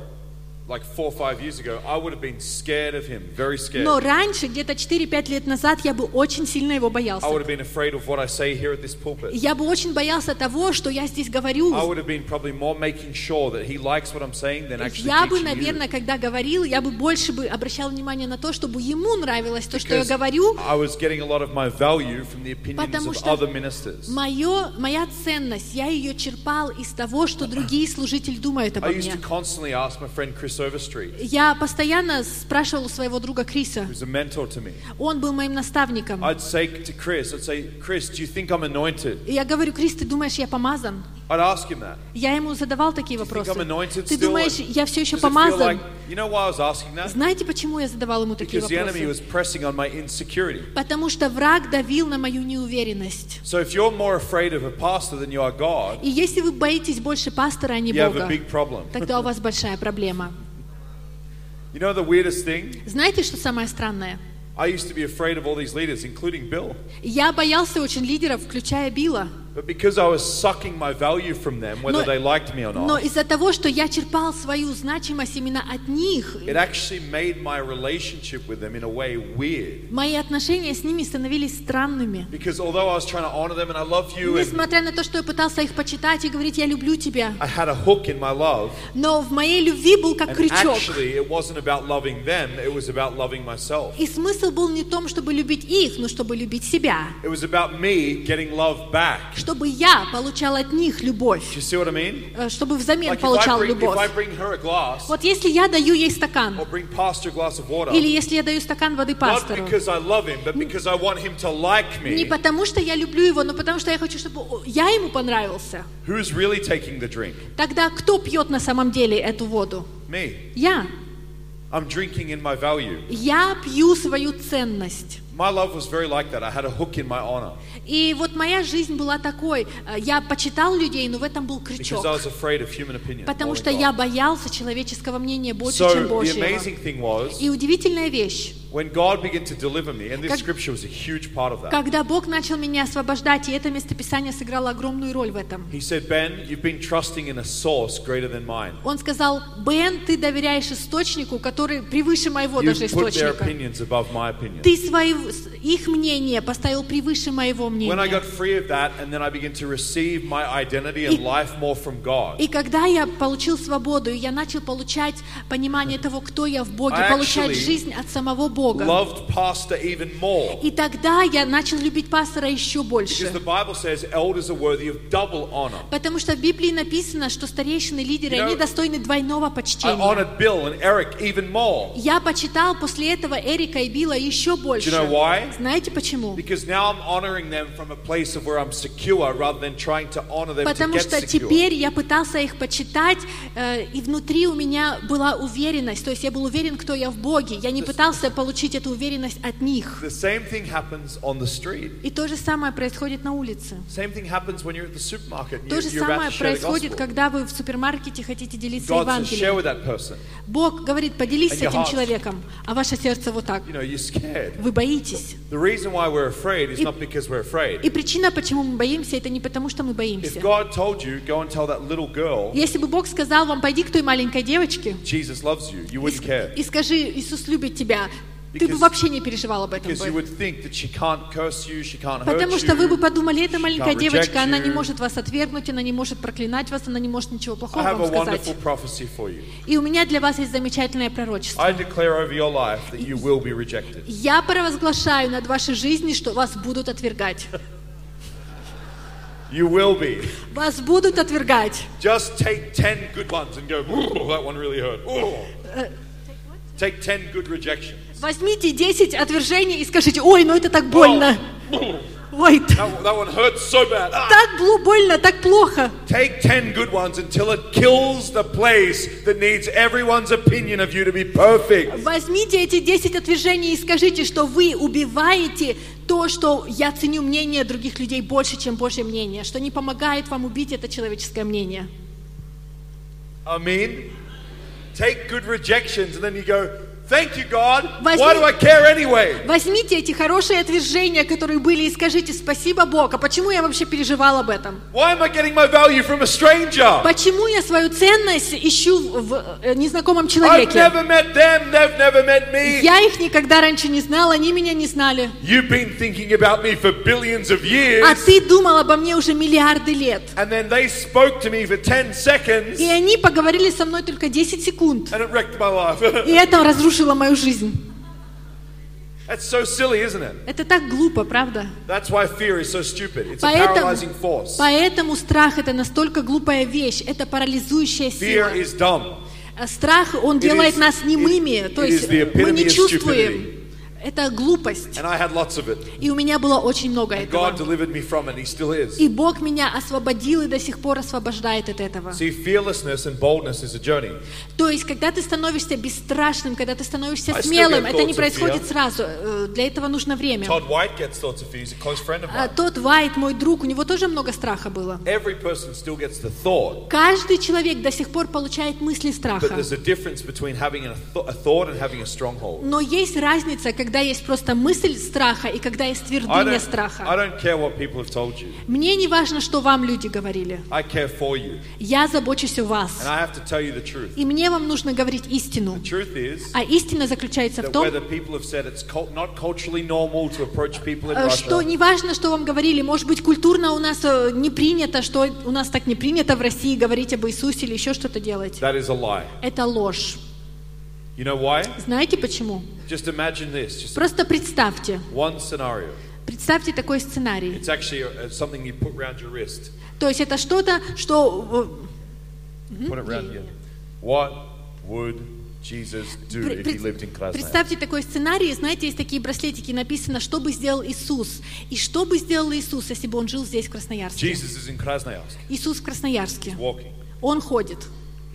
[SPEAKER 3] like four or five years ago, I would have been scared of him, very scared.
[SPEAKER 2] Но раньше, где-то 4-5 лет назад, я бы очень сильно его боялся.
[SPEAKER 3] I would have been afraid of what I say here at this pulpit.
[SPEAKER 2] Я бы очень боялся того, что я здесь
[SPEAKER 3] I
[SPEAKER 2] говорю.
[SPEAKER 3] would have been probably more making sure that he likes what I'm saying than actually
[SPEAKER 2] Я бы,
[SPEAKER 3] teaching you.
[SPEAKER 2] наверное, когда говорил, я бы больше бы обращал внимание на то, чтобы ему нравилось то, что я
[SPEAKER 3] Because
[SPEAKER 2] говорю.
[SPEAKER 3] I was getting a lot of my value from the opinions
[SPEAKER 2] Потому
[SPEAKER 3] of
[SPEAKER 2] что
[SPEAKER 3] other ministers.
[SPEAKER 2] Моё, моя ценность, я ее черпал из того, что другие служители думают
[SPEAKER 3] I
[SPEAKER 2] обо
[SPEAKER 3] used to
[SPEAKER 2] мне.
[SPEAKER 3] constantly ask my friend Chris Overstreet,
[SPEAKER 2] Я постоянно спрашивал у своего друга Криса.
[SPEAKER 3] who's a mentor to me.
[SPEAKER 2] Он был моим наставником.
[SPEAKER 3] I'd say to Chris, I'd say, Chris, do you think I'm anointed?
[SPEAKER 2] И Я говорю, Крис, ты думаешь, я помазан?
[SPEAKER 3] I'd ask him that.
[SPEAKER 2] Я ему задавал такие
[SPEAKER 3] Do you think
[SPEAKER 2] вопросы.
[SPEAKER 3] I'm anointed
[SPEAKER 2] Ты
[SPEAKER 3] still?
[SPEAKER 2] думаешь,
[SPEAKER 3] And
[SPEAKER 2] я все еще
[SPEAKER 3] does it feel
[SPEAKER 2] помазан?
[SPEAKER 3] like, you know why I was asking that?
[SPEAKER 2] Знаете, почему я задавал ему такие
[SPEAKER 3] Because the enemy
[SPEAKER 2] вопросы?
[SPEAKER 3] was pressing on my insecurity.
[SPEAKER 2] Потому что враг давил на мою неуверенность.
[SPEAKER 3] So if you're more afraid of a pastor than you are God,
[SPEAKER 2] И если вы боитесь больше пастора, а не
[SPEAKER 3] you have a
[SPEAKER 2] Бога,
[SPEAKER 3] big problem.
[SPEAKER 2] тогда у вас большая проблема.
[SPEAKER 3] You know the weirdest thing?
[SPEAKER 2] Знаете, что самое странное?
[SPEAKER 3] I used to be afraid of all these leaders, including Bill.
[SPEAKER 2] Я боялся очень лидеров, включая Билла.
[SPEAKER 3] But because I was sucking my value from them,
[SPEAKER 2] Но-
[SPEAKER 3] whether they liked me or
[SPEAKER 2] Но
[SPEAKER 3] not,
[SPEAKER 2] из-за того, что я черпал свою значимость именно от них,
[SPEAKER 3] it actually made my relationship with them in a way weird.
[SPEAKER 2] мои отношения с ними становились странными.
[SPEAKER 3] Because although I was trying to honor them and I love you, and
[SPEAKER 2] Несмотря на то, что я пытался их почитать и говорить «я люблю тебя»,
[SPEAKER 3] I had a hook in my love,
[SPEAKER 2] но в моей любви был как
[SPEAKER 3] and
[SPEAKER 2] крючок.
[SPEAKER 3] actually it wasn't about loving them, it was about loving myself.
[SPEAKER 2] И смысл был не в том, чтобы любить их, но чтобы любить себя.
[SPEAKER 3] It was about me getting love back.
[SPEAKER 2] Чтобы я получал от них
[SPEAKER 3] Do
[SPEAKER 2] любовь,
[SPEAKER 3] you see what I mean?
[SPEAKER 2] э, чтобы взамен
[SPEAKER 3] Like if I,
[SPEAKER 2] получал
[SPEAKER 3] bring, if I
[SPEAKER 2] любовь.
[SPEAKER 3] bring her a glass,
[SPEAKER 2] Вот если я даю ей стакан,
[SPEAKER 3] or bring Pastor a glass of water,
[SPEAKER 2] или если я даю стакан воды
[SPEAKER 3] not
[SPEAKER 2] пастору,
[SPEAKER 3] because I love him, but because I want him to like
[SPEAKER 2] не
[SPEAKER 3] me,
[SPEAKER 2] потому что я люблю его, но потому что я хочу, чтобы о- я ему понравился.
[SPEAKER 3] who's really taking the drink?
[SPEAKER 2] Тогда кто пьет на самом деле эту воду?
[SPEAKER 3] Me.
[SPEAKER 2] Я.
[SPEAKER 3] I'm drinking in my value.
[SPEAKER 2] Я пью свою ценность.
[SPEAKER 3] My love was very like that. I had a hook in my honor
[SPEAKER 2] И вот моя жизнь была такой. Э, Я почитал людей, но в этом был
[SPEAKER 3] because I
[SPEAKER 2] крючок.
[SPEAKER 3] was afraid of human opinion. more
[SPEAKER 2] Потому что
[SPEAKER 3] than
[SPEAKER 2] я
[SPEAKER 3] God.
[SPEAKER 2] боялся человеческого мнения больше, чем
[SPEAKER 3] So the
[SPEAKER 2] Божьего.
[SPEAKER 3] amazing thing was
[SPEAKER 2] И удивительная вещь.
[SPEAKER 3] when God began to deliver me, and this
[SPEAKER 2] Как-
[SPEAKER 3] scripture was a huge part of that.
[SPEAKER 2] Когда Бог начал меня освобождать, и это местописание сыграло огромную роль в этом.
[SPEAKER 3] He said, Ben, you've been trusting in a source greater than mine.
[SPEAKER 2] Он сказал, Бен, ты доверяешь источнику, который превыше моего
[SPEAKER 3] You
[SPEAKER 2] даже
[SPEAKER 3] put their
[SPEAKER 2] источника.
[SPEAKER 3] opinions above my opinion.
[SPEAKER 2] Ты свои, с- их мнение поставил превыше моего
[SPEAKER 3] When I
[SPEAKER 2] мнения.
[SPEAKER 3] got free of that, and then I began to receive my identity and
[SPEAKER 2] И-
[SPEAKER 3] life more from God,
[SPEAKER 2] И когда я получил свободу, и я начал получать понимание того, кто я в Боге,
[SPEAKER 3] I
[SPEAKER 2] получать
[SPEAKER 3] actually
[SPEAKER 2] жизнь от самого Бога.
[SPEAKER 3] loved Pastor even more.
[SPEAKER 2] И тогда я начал любить пастора еще
[SPEAKER 3] Because
[SPEAKER 2] больше.
[SPEAKER 3] the Bible says elders are worthy of double honor.
[SPEAKER 2] Потому что в Библии написано, что старейшины, лидеры,
[SPEAKER 3] You know,
[SPEAKER 2] они достойны двойного
[SPEAKER 3] I
[SPEAKER 2] почтения.
[SPEAKER 3] honored Bill and Eric even more.
[SPEAKER 2] Я почитал после этого Эрика и Билла еще больше.
[SPEAKER 3] know why?
[SPEAKER 2] Знаете почему?
[SPEAKER 3] Because now I'm honoring them from a place of where I'm secure rather than trying to honor them to
[SPEAKER 2] Потому
[SPEAKER 3] get
[SPEAKER 2] что
[SPEAKER 3] secure.
[SPEAKER 2] теперь я пытался их почитать, э, и внутри у меня была уверенность, то есть я был уверен, кто я в Боге. Я не пытался получить эту уверенность от них.
[SPEAKER 3] The same thing happens on the street.
[SPEAKER 2] И то же самое происходит на улице.
[SPEAKER 3] Same thing happens when you're at the supermarket and
[SPEAKER 2] То
[SPEAKER 3] you're,
[SPEAKER 2] же
[SPEAKER 3] you're about
[SPEAKER 2] самое
[SPEAKER 3] to share the
[SPEAKER 2] происходит,
[SPEAKER 3] gospel.
[SPEAKER 2] когда вы в супермаркете хотите делиться
[SPEAKER 3] God says, share
[SPEAKER 2] Евангелием.
[SPEAKER 3] with that person.
[SPEAKER 2] Бог говорит, поделись
[SPEAKER 3] And
[SPEAKER 2] с
[SPEAKER 3] your
[SPEAKER 2] этим
[SPEAKER 3] heart.
[SPEAKER 2] человеком, а ваше сердце вот так.
[SPEAKER 3] You know, you're scared.
[SPEAKER 2] Вы боитесь.
[SPEAKER 3] The reason why we're afraid is
[SPEAKER 2] И-
[SPEAKER 3] not because we're afraid.
[SPEAKER 2] И причина, почему мы боимся, это не потому, что мы
[SPEAKER 3] If
[SPEAKER 2] боимся.
[SPEAKER 3] God told you, go and tell that little girl
[SPEAKER 2] Если бы Бог сказал вам, пойди к той маленькой девочке
[SPEAKER 3] Jesus loves you, you
[SPEAKER 2] и,
[SPEAKER 3] wouldn't
[SPEAKER 2] ск-
[SPEAKER 3] care.
[SPEAKER 2] и скажи, Иисус любит тебя, ты бы
[SPEAKER 3] Because-
[SPEAKER 2] вообще не переживал об этом.
[SPEAKER 3] Because you
[SPEAKER 2] бы.
[SPEAKER 3] would think that she can't curse you, she can't hurt
[SPEAKER 2] Потому что вы бы
[SPEAKER 3] you.
[SPEAKER 2] подумали, эта
[SPEAKER 3] she
[SPEAKER 2] маленькая
[SPEAKER 3] can't
[SPEAKER 2] девочка,
[SPEAKER 3] reject
[SPEAKER 2] она не
[SPEAKER 3] you.
[SPEAKER 2] может вас отвергнуть, она не может проклинать вас, она не может ничего
[SPEAKER 3] I
[SPEAKER 2] плохого
[SPEAKER 3] have
[SPEAKER 2] вам
[SPEAKER 3] a
[SPEAKER 2] сказать.
[SPEAKER 3] wonderful prophecy for you.
[SPEAKER 2] И у меня для вас есть замечательное пророчество.
[SPEAKER 3] I declare over your life that you will be rejected.
[SPEAKER 2] Я провозглашаю над вашей жизнью, что вас будут отвергать.
[SPEAKER 3] You will be.
[SPEAKER 2] Вас будут отвергать.
[SPEAKER 3] Just take 10 good ones and go, "Ooh, that one really hurt. Ooh." Take 10 good rejections.
[SPEAKER 2] Возьмите 10 отвержений и скажите, ой, ну это так больно. Ой, т-
[SPEAKER 3] Oh, That, that one hurts so bad. Ah.
[SPEAKER 2] так бло- больно, так плохо.
[SPEAKER 3] Take 10 good ones until it kills the place that needs everyone's opinion of you to be perfect.
[SPEAKER 2] Возьмите эти 10 отвержений и скажите, что вы убиваете то, что я ценю мнение других людей больше, чем Божье мнение, что не помогает вам убить это человеческое мнение.
[SPEAKER 3] I mean, take good rejections and then you go, Thank you, God.
[SPEAKER 2] Возьми-
[SPEAKER 3] Why do I care anyway?
[SPEAKER 2] Возьмите эти хорошие отвержения, которые были, и скажите спасибо Бог, а почему я вообще переживал об этом?
[SPEAKER 3] Why am I getting my value from a stranger?
[SPEAKER 2] Почему я свою ценность ищу в э, незнакомом
[SPEAKER 3] I've
[SPEAKER 2] человеке?
[SPEAKER 3] never met them, they've never met me.
[SPEAKER 2] Я их никогда раньше не знала, они меня не знали.
[SPEAKER 3] You've been thinking about me for billions of
[SPEAKER 2] А
[SPEAKER 3] years,
[SPEAKER 2] ты думал обо мне уже миллиарды лет.
[SPEAKER 3] and then they spoke to me for 10 seconds,
[SPEAKER 2] И они поговорили со мной только 10 секунд.
[SPEAKER 3] and it wrecked my
[SPEAKER 2] И
[SPEAKER 3] life. *laughs*
[SPEAKER 2] это разрушило мою жизнь.
[SPEAKER 3] That's so silly, isn't it?
[SPEAKER 2] Это так глупо, правда?
[SPEAKER 3] That's why fear is so stupid. It's a
[SPEAKER 2] Поэтому,
[SPEAKER 3] paralyzing force.
[SPEAKER 2] поэтому страх это настолько глупая вещь, это парализующая
[SPEAKER 3] Fear
[SPEAKER 2] сила.
[SPEAKER 3] is dumb.
[SPEAKER 2] А Страх, он
[SPEAKER 3] It
[SPEAKER 2] делает
[SPEAKER 3] is-
[SPEAKER 2] нас немыми,
[SPEAKER 3] it-
[SPEAKER 2] то
[SPEAKER 3] it
[SPEAKER 2] есть
[SPEAKER 3] is the
[SPEAKER 2] мы
[SPEAKER 3] epitome
[SPEAKER 2] не
[SPEAKER 3] of
[SPEAKER 2] чувствуем. Это глупость.
[SPEAKER 3] And I had lots of it.
[SPEAKER 2] И у меня было очень много
[SPEAKER 3] God
[SPEAKER 2] этого.
[SPEAKER 3] delivered me from it, and He still is.
[SPEAKER 2] И Бог меня освободил и до сих пор освобождает от этого.
[SPEAKER 3] See, fearlessness and boldness is a journey.
[SPEAKER 2] То есть, когда ты становишься бесстрашным, когда ты становишься
[SPEAKER 3] I still
[SPEAKER 2] смелым,
[SPEAKER 3] get
[SPEAKER 2] это не
[SPEAKER 3] thoughts of
[SPEAKER 2] происходит
[SPEAKER 3] fear.
[SPEAKER 2] сразу. Э, Для этого нужно время.
[SPEAKER 3] Todd White gets thoughts of fear. He's a close friend of
[SPEAKER 2] А
[SPEAKER 3] mine.
[SPEAKER 2] Тот Вайт, мой друг, у него тоже много страха было.
[SPEAKER 3] Every person still gets the thought,
[SPEAKER 2] Каждый человек до сих пор получает мысли страха.
[SPEAKER 3] but there's a difference between having a, th- a thought and having a stronghold.
[SPEAKER 2] Но есть разница, когда есть просто мысль страха и когда есть
[SPEAKER 3] I
[SPEAKER 2] твердыня
[SPEAKER 3] don't, I
[SPEAKER 2] страха.
[SPEAKER 3] don't care what people have told you.
[SPEAKER 2] Мне не важно, что вам люди говорили.
[SPEAKER 3] I care for you,
[SPEAKER 2] Я забочусь о
[SPEAKER 3] and
[SPEAKER 2] вас.
[SPEAKER 3] I have to tell you the truth.
[SPEAKER 2] И мне вам нужно говорить истину.
[SPEAKER 3] The truth is
[SPEAKER 2] А истина заключается в
[SPEAKER 3] that
[SPEAKER 2] том,
[SPEAKER 3] whether people have said it's cult- not culturally normal to approach people in
[SPEAKER 2] э, что
[SPEAKER 3] Russia,
[SPEAKER 2] не важно, что вам говорили, может быть, культурно у нас э, не принято, что у нас так не принято в России говорить об Иисусе или еще что-то делать.
[SPEAKER 3] that is a lie.
[SPEAKER 2] Это ложь.
[SPEAKER 3] You know why?
[SPEAKER 2] Знаете почему?
[SPEAKER 3] Just imagine this. Just
[SPEAKER 2] Просто представьте,
[SPEAKER 3] one scenario.
[SPEAKER 2] представьте такой сценарий.
[SPEAKER 3] It's actually uh something you put round your wrist.
[SPEAKER 2] То есть это что-то, что э,
[SPEAKER 3] Put it round you. What would Jesus do
[SPEAKER 2] Пре-
[SPEAKER 3] if he
[SPEAKER 2] пред-
[SPEAKER 3] lived in Krasnoyarsk?
[SPEAKER 2] Представьте такой сценарий, знаете, есть такие браслетики, написано, что бы сделал Иисус. И что бы сделал Иисус, если бы он жил здесь, в Красноярске?
[SPEAKER 3] Jesus is in Krasnoyarsk,
[SPEAKER 2] Иисус в Красноярске.
[SPEAKER 3] walking.
[SPEAKER 2] Он ходит,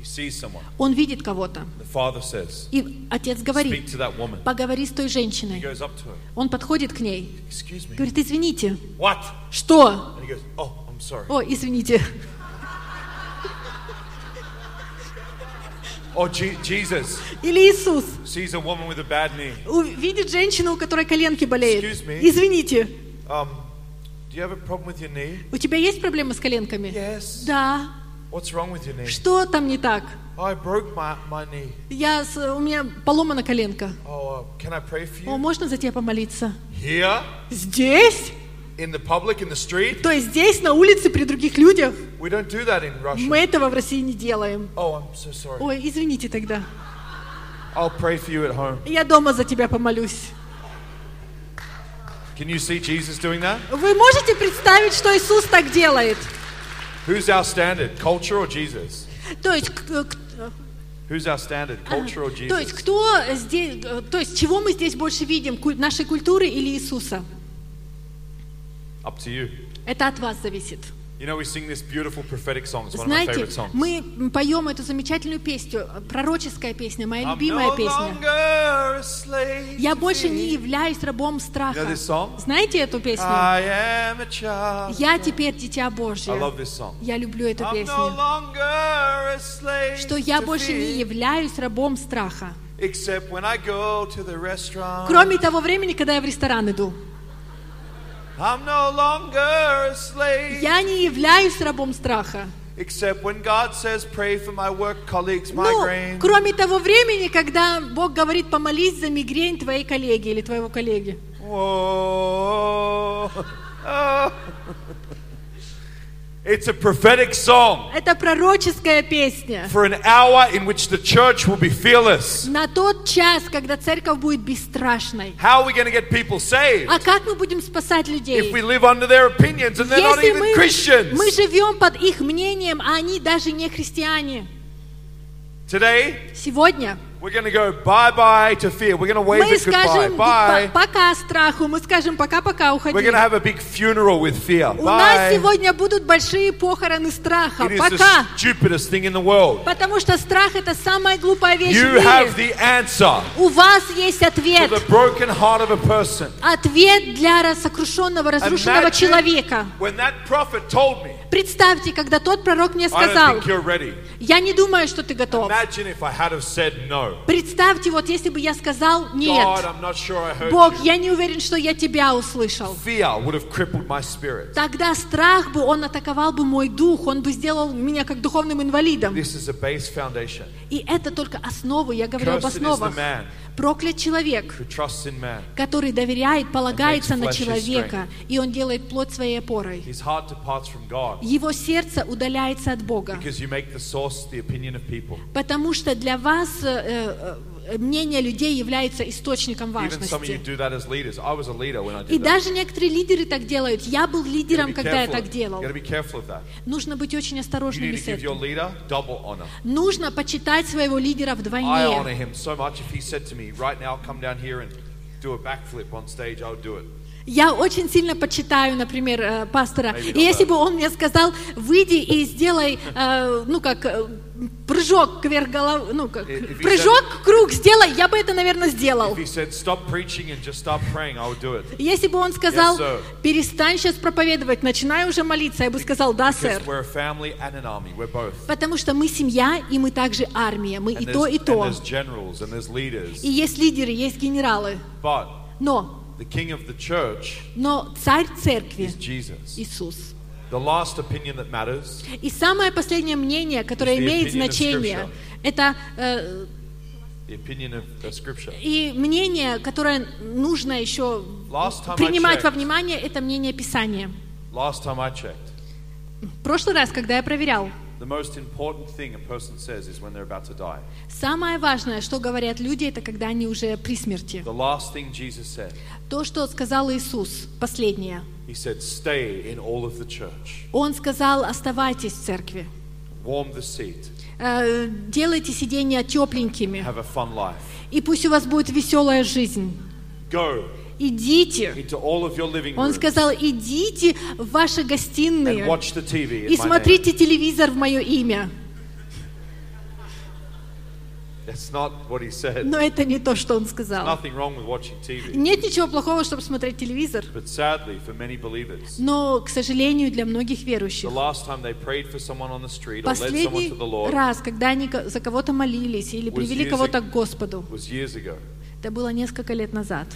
[SPEAKER 3] He sees someone.
[SPEAKER 2] он видит кого-то.
[SPEAKER 3] The father says,
[SPEAKER 2] И отец
[SPEAKER 3] "Speak
[SPEAKER 2] говорит,
[SPEAKER 3] to that woman."
[SPEAKER 2] поговори с той
[SPEAKER 3] He
[SPEAKER 2] женщиной.
[SPEAKER 3] goes up to her.
[SPEAKER 2] Он подходит к ней,
[SPEAKER 3] Excuse me.
[SPEAKER 2] говорит, извините.
[SPEAKER 3] What?
[SPEAKER 2] Что?
[SPEAKER 3] And he goes, "Oh, I'm sorry.
[SPEAKER 2] О, извините. *laughs*
[SPEAKER 3] Oh, Je- Jesus
[SPEAKER 2] Или Иисус
[SPEAKER 3] sees a woman with a bad knee.
[SPEAKER 2] у- видит женщину, у которой коленки болеют.
[SPEAKER 3] Excuse me.
[SPEAKER 2] Извините.
[SPEAKER 3] Um, do you have a problem with your knee?
[SPEAKER 2] У тебя есть проблемы с коленками?
[SPEAKER 3] Yes.
[SPEAKER 2] Да.
[SPEAKER 3] What's wrong with your knee? Oh,
[SPEAKER 2] Что там не так?
[SPEAKER 3] I broke my, my knee.
[SPEAKER 2] Я, с- у меня поломана коленка.
[SPEAKER 3] Oh, uh, can I pray for
[SPEAKER 2] О,
[SPEAKER 3] you?
[SPEAKER 2] можно за тебя помолиться?
[SPEAKER 3] Here,
[SPEAKER 2] Здесь?
[SPEAKER 3] in the public, in the street,
[SPEAKER 2] То есть здесь, на улице, при других людях?
[SPEAKER 3] we don't do that in Russia.
[SPEAKER 2] Мы этого в России не делаем.
[SPEAKER 3] Oh, I'm so sorry.
[SPEAKER 2] Ой, извините тогда.
[SPEAKER 3] I'll pray for you at home.
[SPEAKER 2] Я дома за тебя помолюсь.
[SPEAKER 3] Can you see Jesus doing that?
[SPEAKER 2] Вы можете представить, что Иисус так делает?
[SPEAKER 3] Who's our standard, culture or Jesus?
[SPEAKER 2] То есть, к- к-
[SPEAKER 3] Who's our standard,
[SPEAKER 2] Uh-huh.
[SPEAKER 3] culture or
[SPEAKER 2] то есть
[SPEAKER 3] Jesus?
[SPEAKER 2] кто здесь, э, то есть чего мы здесь больше видим, куль- нашей культуры или Иисуса?
[SPEAKER 3] Up to you.
[SPEAKER 2] Это от вас зависит.
[SPEAKER 3] You know, we sing this beautiful prophetic song. It's one of my
[SPEAKER 2] Знаете,
[SPEAKER 3] favorite songs.
[SPEAKER 2] мы поем эту замечательную песню, э, пророческая песня, моя
[SPEAKER 3] I'm
[SPEAKER 2] любимая
[SPEAKER 3] no
[SPEAKER 2] песня.
[SPEAKER 3] longer a slave
[SPEAKER 2] Я
[SPEAKER 3] to
[SPEAKER 2] больше не
[SPEAKER 3] fear.
[SPEAKER 2] являюсь рабом
[SPEAKER 3] You know
[SPEAKER 2] страха.
[SPEAKER 3] this song?
[SPEAKER 2] Знаете эту песню?
[SPEAKER 3] I am a child.
[SPEAKER 2] Я теперь дитя
[SPEAKER 3] I
[SPEAKER 2] Божье.
[SPEAKER 3] love this song.
[SPEAKER 2] Я люблю эту
[SPEAKER 3] I'm no
[SPEAKER 2] песню.
[SPEAKER 3] longer a slave
[SPEAKER 2] Что я
[SPEAKER 3] to
[SPEAKER 2] больше не
[SPEAKER 3] fear,
[SPEAKER 2] являюсь рабом страха.
[SPEAKER 3] except when I go to the restaurant.
[SPEAKER 2] Кроме того времени, когда я в ресторан иду.
[SPEAKER 3] I'm no longer a slave,
[SPEAKER 2] Я не являюсь рабом страха.
[SPEAKER 3] except when God says, pray for my work colleagues'
[SPEAKER 2] Ну,
[SPEAKER 3] migraine.
[SPEAKER 2] кроме того времени, когда Бог говорит, помолись за мигрень твоей коллеги или твоего коллеги.
[SPEAKER 3] Whoa. *laughs* It's a prophetic song
[SPEAKER 2] Это пророческая песня.
[SPEAKER 3] for an hour in which the church will be fearless.
[SPEAKER 2] На тот час, когда церковь будет бесстрашной.
[SPEAKER 3] How are we going to get people saved
[SPEAKER 2] А как мы будем спасать
[SPEAKER 3] if
[SPEAKER 2] людей?
[SPEAKER 3] we live under their opinions and they're not
[SPEAKER 2] Если
[SPEAKER 3] even
[SPEAKER 2] мы,
[SPEAKER 3] Christians?
[SPEAKER 2] мы живем под их мнением, а они даже не христиане.
[SPEAKER 3] Today,
[SPEAKER 2] Сегодня
[SPEAKER 3] we're going to go bye bye to fear. We're going to wave
[SPEAKER 2] мы
[SPEAKER 3] it goodbye.
[SPEAKER 2] скажем
[SPEAKER 3] Bye.
[SPEAKER 2] по- пока страху, мы скажем пока-пока, уходи.
[SPEAKER 3] We're going to have a big funeral with fear.
[SPEAKER 2] У нас
[SPEAKER 3] Bye.
[SPEAKER 2] сегодня будут большие похороны страха.
[SPEAKER 3] It is
[SPEAKER 2] Пока.
[SPEAKER 3] the stupidest thing in the world.
[SPEAKER 2] Потому что страх это самая глупая вещь в
[SPEAKER 3] You
[SPEAKER 2] мире.
[SPEAKER 3] have the answer
[SPEAKER 2] У вас есть
[SPEAKER 3] for
[SPEAKER 2] ответ.
[SPEAKER 3] the broken heart of a person.
[SPEAKER 2] Ответ для сокрушенного, разрушенного
[SPEAKER 3] Imagine
[SPEAKER 2] человека.
[SPEAKER 3] When that prophet told me,
[SPEAKER 2] Представьте, когда тот пророк мне
[SPEAKER 3] I don't
[SPEAKER 2] сказал,
[SPEAKER 3] think you're ready.
[SPEAKER 2] я не думаю, что ты готов.
[SPEAKER 3] Imagine if I had have said no.
[SPEAKER 2] Представьте, вот если бы я сказал
[SPEAKER 3] God,
[SPEAKER 2] «нет»,
[SPEAKER 3] I'm not sure I heard
[SPEAKER 2] Бог,
[SPEAKER 3] you.
[SPEAKER 2] я не уверен, что я тебя услышал.
[SPEAKER 3] Fear would have crippled my spirit.
[SPEAKER 2] Тогда страх бы, он атаковал бы мой дух, он бы сделал меня как духовным инвалидом.
[SPEAKER 3] This is a base foundation.
[SPEAKER 2] И это только основы, я говорю об
[SPEAKER 3] Cursed is the
[SPEAKER 2] основах.
[SPEAKER 3] man.
[SPEAKER 2] Проклят человек,
[SPEAKER 3] Who trusts in man?
[SPEAKER 2] который доверяет, полагается на
[SPEAKER 3] flesh his
[SPEAKER 2] человека, и он делает плоть своей опорой.
[SPEAKER 3] His heart departs from God
[SPEAKER 2] Его сердце удаляется от Бога,
[SPEAKER 3] because you make the source the opinion of people.
[SPEAKER 2] потому что для вас э, э, мнение людей является источником
[SPEAKER 3] Even some of you
[SPEAKER 2] важности.
[SPEAKER 3] do that as leaders. I was a leader when I
[SPEAKER 2] И
[SPEAKER 3] did that.
[SPEAKER 2] даже некоторые лидеры так делают. Я был
[SPEAKER 3] You gotta
[SPEAKER 2] лидером,
[SPEAKER 3] be
[SPEAKER 2] когда я
[SPEAKER 3] careful.
[SPEAKER 2] так делал.
[SPEAKER 3] You gotta be careful of that.
[SPEAKER 2] Нужно быть очень
[SPEAKER 3] You need
[SPEAKER 2] осторожными
[SPEAKER 3] to
[SPEAKER 2] с
[SPEAKER 3] give your
[SPEAKER 2] этим.
[SPEAKER 3] leader double honor.
[SPEAKER 2] Нужно почитать своего лидера
[SPEAKER 3] I honor
[SPEAKER 2] вдвойне.
[SPEAKER 3] him so much. If he said to me, right now, come down here and do a backflip on stage, I would do it.
[SPEAKER 2] Я очень сильно почитаю, например, э, пастора.
[SPEAKER 3] Maybe
[SPEAKER 2] И
[SPEAKER 3] not
[SPEAKER 2] если
[SPEAKER 3] that.
[SPEAKER 2] бы он мне сказал, выйди и сделай, э, ну как, э, прыжок кверх головы, ну как,
[SPEAKER 3] If- if he
[SPEAKER 2] прыжок, круг сделай, я бы это, наверное,
[SPEAKER 3] If
[SPEAKER 2] сделал.
[SPEAKER 3] he said, stop preaching and just start praying, I would do it.
[SPEAKER 2] Если бы он сказал,
[SPEAKER 3] Yes, sir.
[SPEAKER 2] перестань сейчас проповедовать, начинай уже молиться, я бы сказал, да, сэр.
[SPEAKER 3] Because we're a family and an army. We're both.
[SPEAKER 2] Потому что мы семья, и мы также армия, мы и
[SPEAKER 3] And
[SPEAKER 2] то,
[SPEAKER 3] there's,
[SPEAKER 2] и
[SPEAKER 3] and
[SPEAKER 2] то.
[SPEAKER 3] there's generals and there's leaders.
[SPEAKER 2] И есть лидеры, есть генералы.
[SPEAKER 3] But
[SPEAKER 2] Но,
[SPEAKER 3] the king of the church
[SPEAKER 2] но царь церкви
[SPEAKER 3] is Jesus.
[SPEAKER 2] Иисус.
[SPEAKER 3] The last opinion that matters
[SPEAKER 2] И самое последнее мнение, которое
[SPEAKER 3] Is the opinion
[SPEAKER 2] имеет
[SPEAKER 3] of
[SPEAKER 2] значение, это э,
[SPEAKER 3] the opinion of, of Scripture.
[SPEAKER 2] и мнение, которое нужно еще
[SPEAKER 3] Last time I
[SPEAKER 2] принимать во
[SPEAKER 3] checked.
[SPEAKER 2] внимание, это мнение Писания.
[SPEAKER 3] Last time I checked,
[SPEAKER 2] В прошлый раз, когда я проверял,
[SPEAKER 3] the most important thing a person says is when they're about to die.
[SPEAKER 2] самое важное, что говорят люди, это когда они уже при смерти.
[SPEAKER 3] The last thing Jesus said,
[SPEAKER 2] То, что сказал Иисус, последнее.
[SPEAKER 3] he said, Stay in all of the church,
[SPEAKER 2] Он сказал, оставайтесь в церкви,
[SPEAKER 3] warm the seat,
[SPEAKER 2] э, делайте сидения тепленькими,
[SPEAKER 3] have a fun life.
[SPEAKER 2] и пусть у вас будет веселая жизнь.
[SPEAKER 3] Go
[SPEAKER 2] Идите.
[SPEAKER 3] into all of your living
[SPEAKER 2] Он
[SPEAKER 3] rooms
[SPEAKER 2] сказал, идите в ваши
[SPEAKER 3] and
[SPEAKER 2] гостиные.
[SPEAKER 3] watch the
[SPEAKER 2] И
[SPEAKER 3] TV. In my name.
[SPEAKER 2] смотрите телевизор в мое имя.
[SPEAKER 3] That's not what he said.
[SPEAKER 2] Но это не то, что он сказал.
[SPEAKER 3] Nothing wrong with watching TV.
[SPEAKER 2] Нет ничего плохого, чтобы смотреть телевизор.
[SPEAKER 3] But sadly, for many believers,
[SPEAKER 2] Но, к сожалению, для многих
[SPEAKER 3] the
[SPEAKER 2] верующих,
[SPEAKER 3] last time they prayed for someone on the street or led someone
[SPEAKER 2] последний
[SPEAKER 3] to the Lord
[SPEAKER 2] раз, когда они ко- за кого-то молились или
[SPEAKER 3] Was
[SPEAKER 2] привели
[SPEAKER 3] using-
[SPEAKER 2] кого-то к Господу,
[SPEAKER 3] was years ago.
[SPEAKER 2] это было несколько лет назад.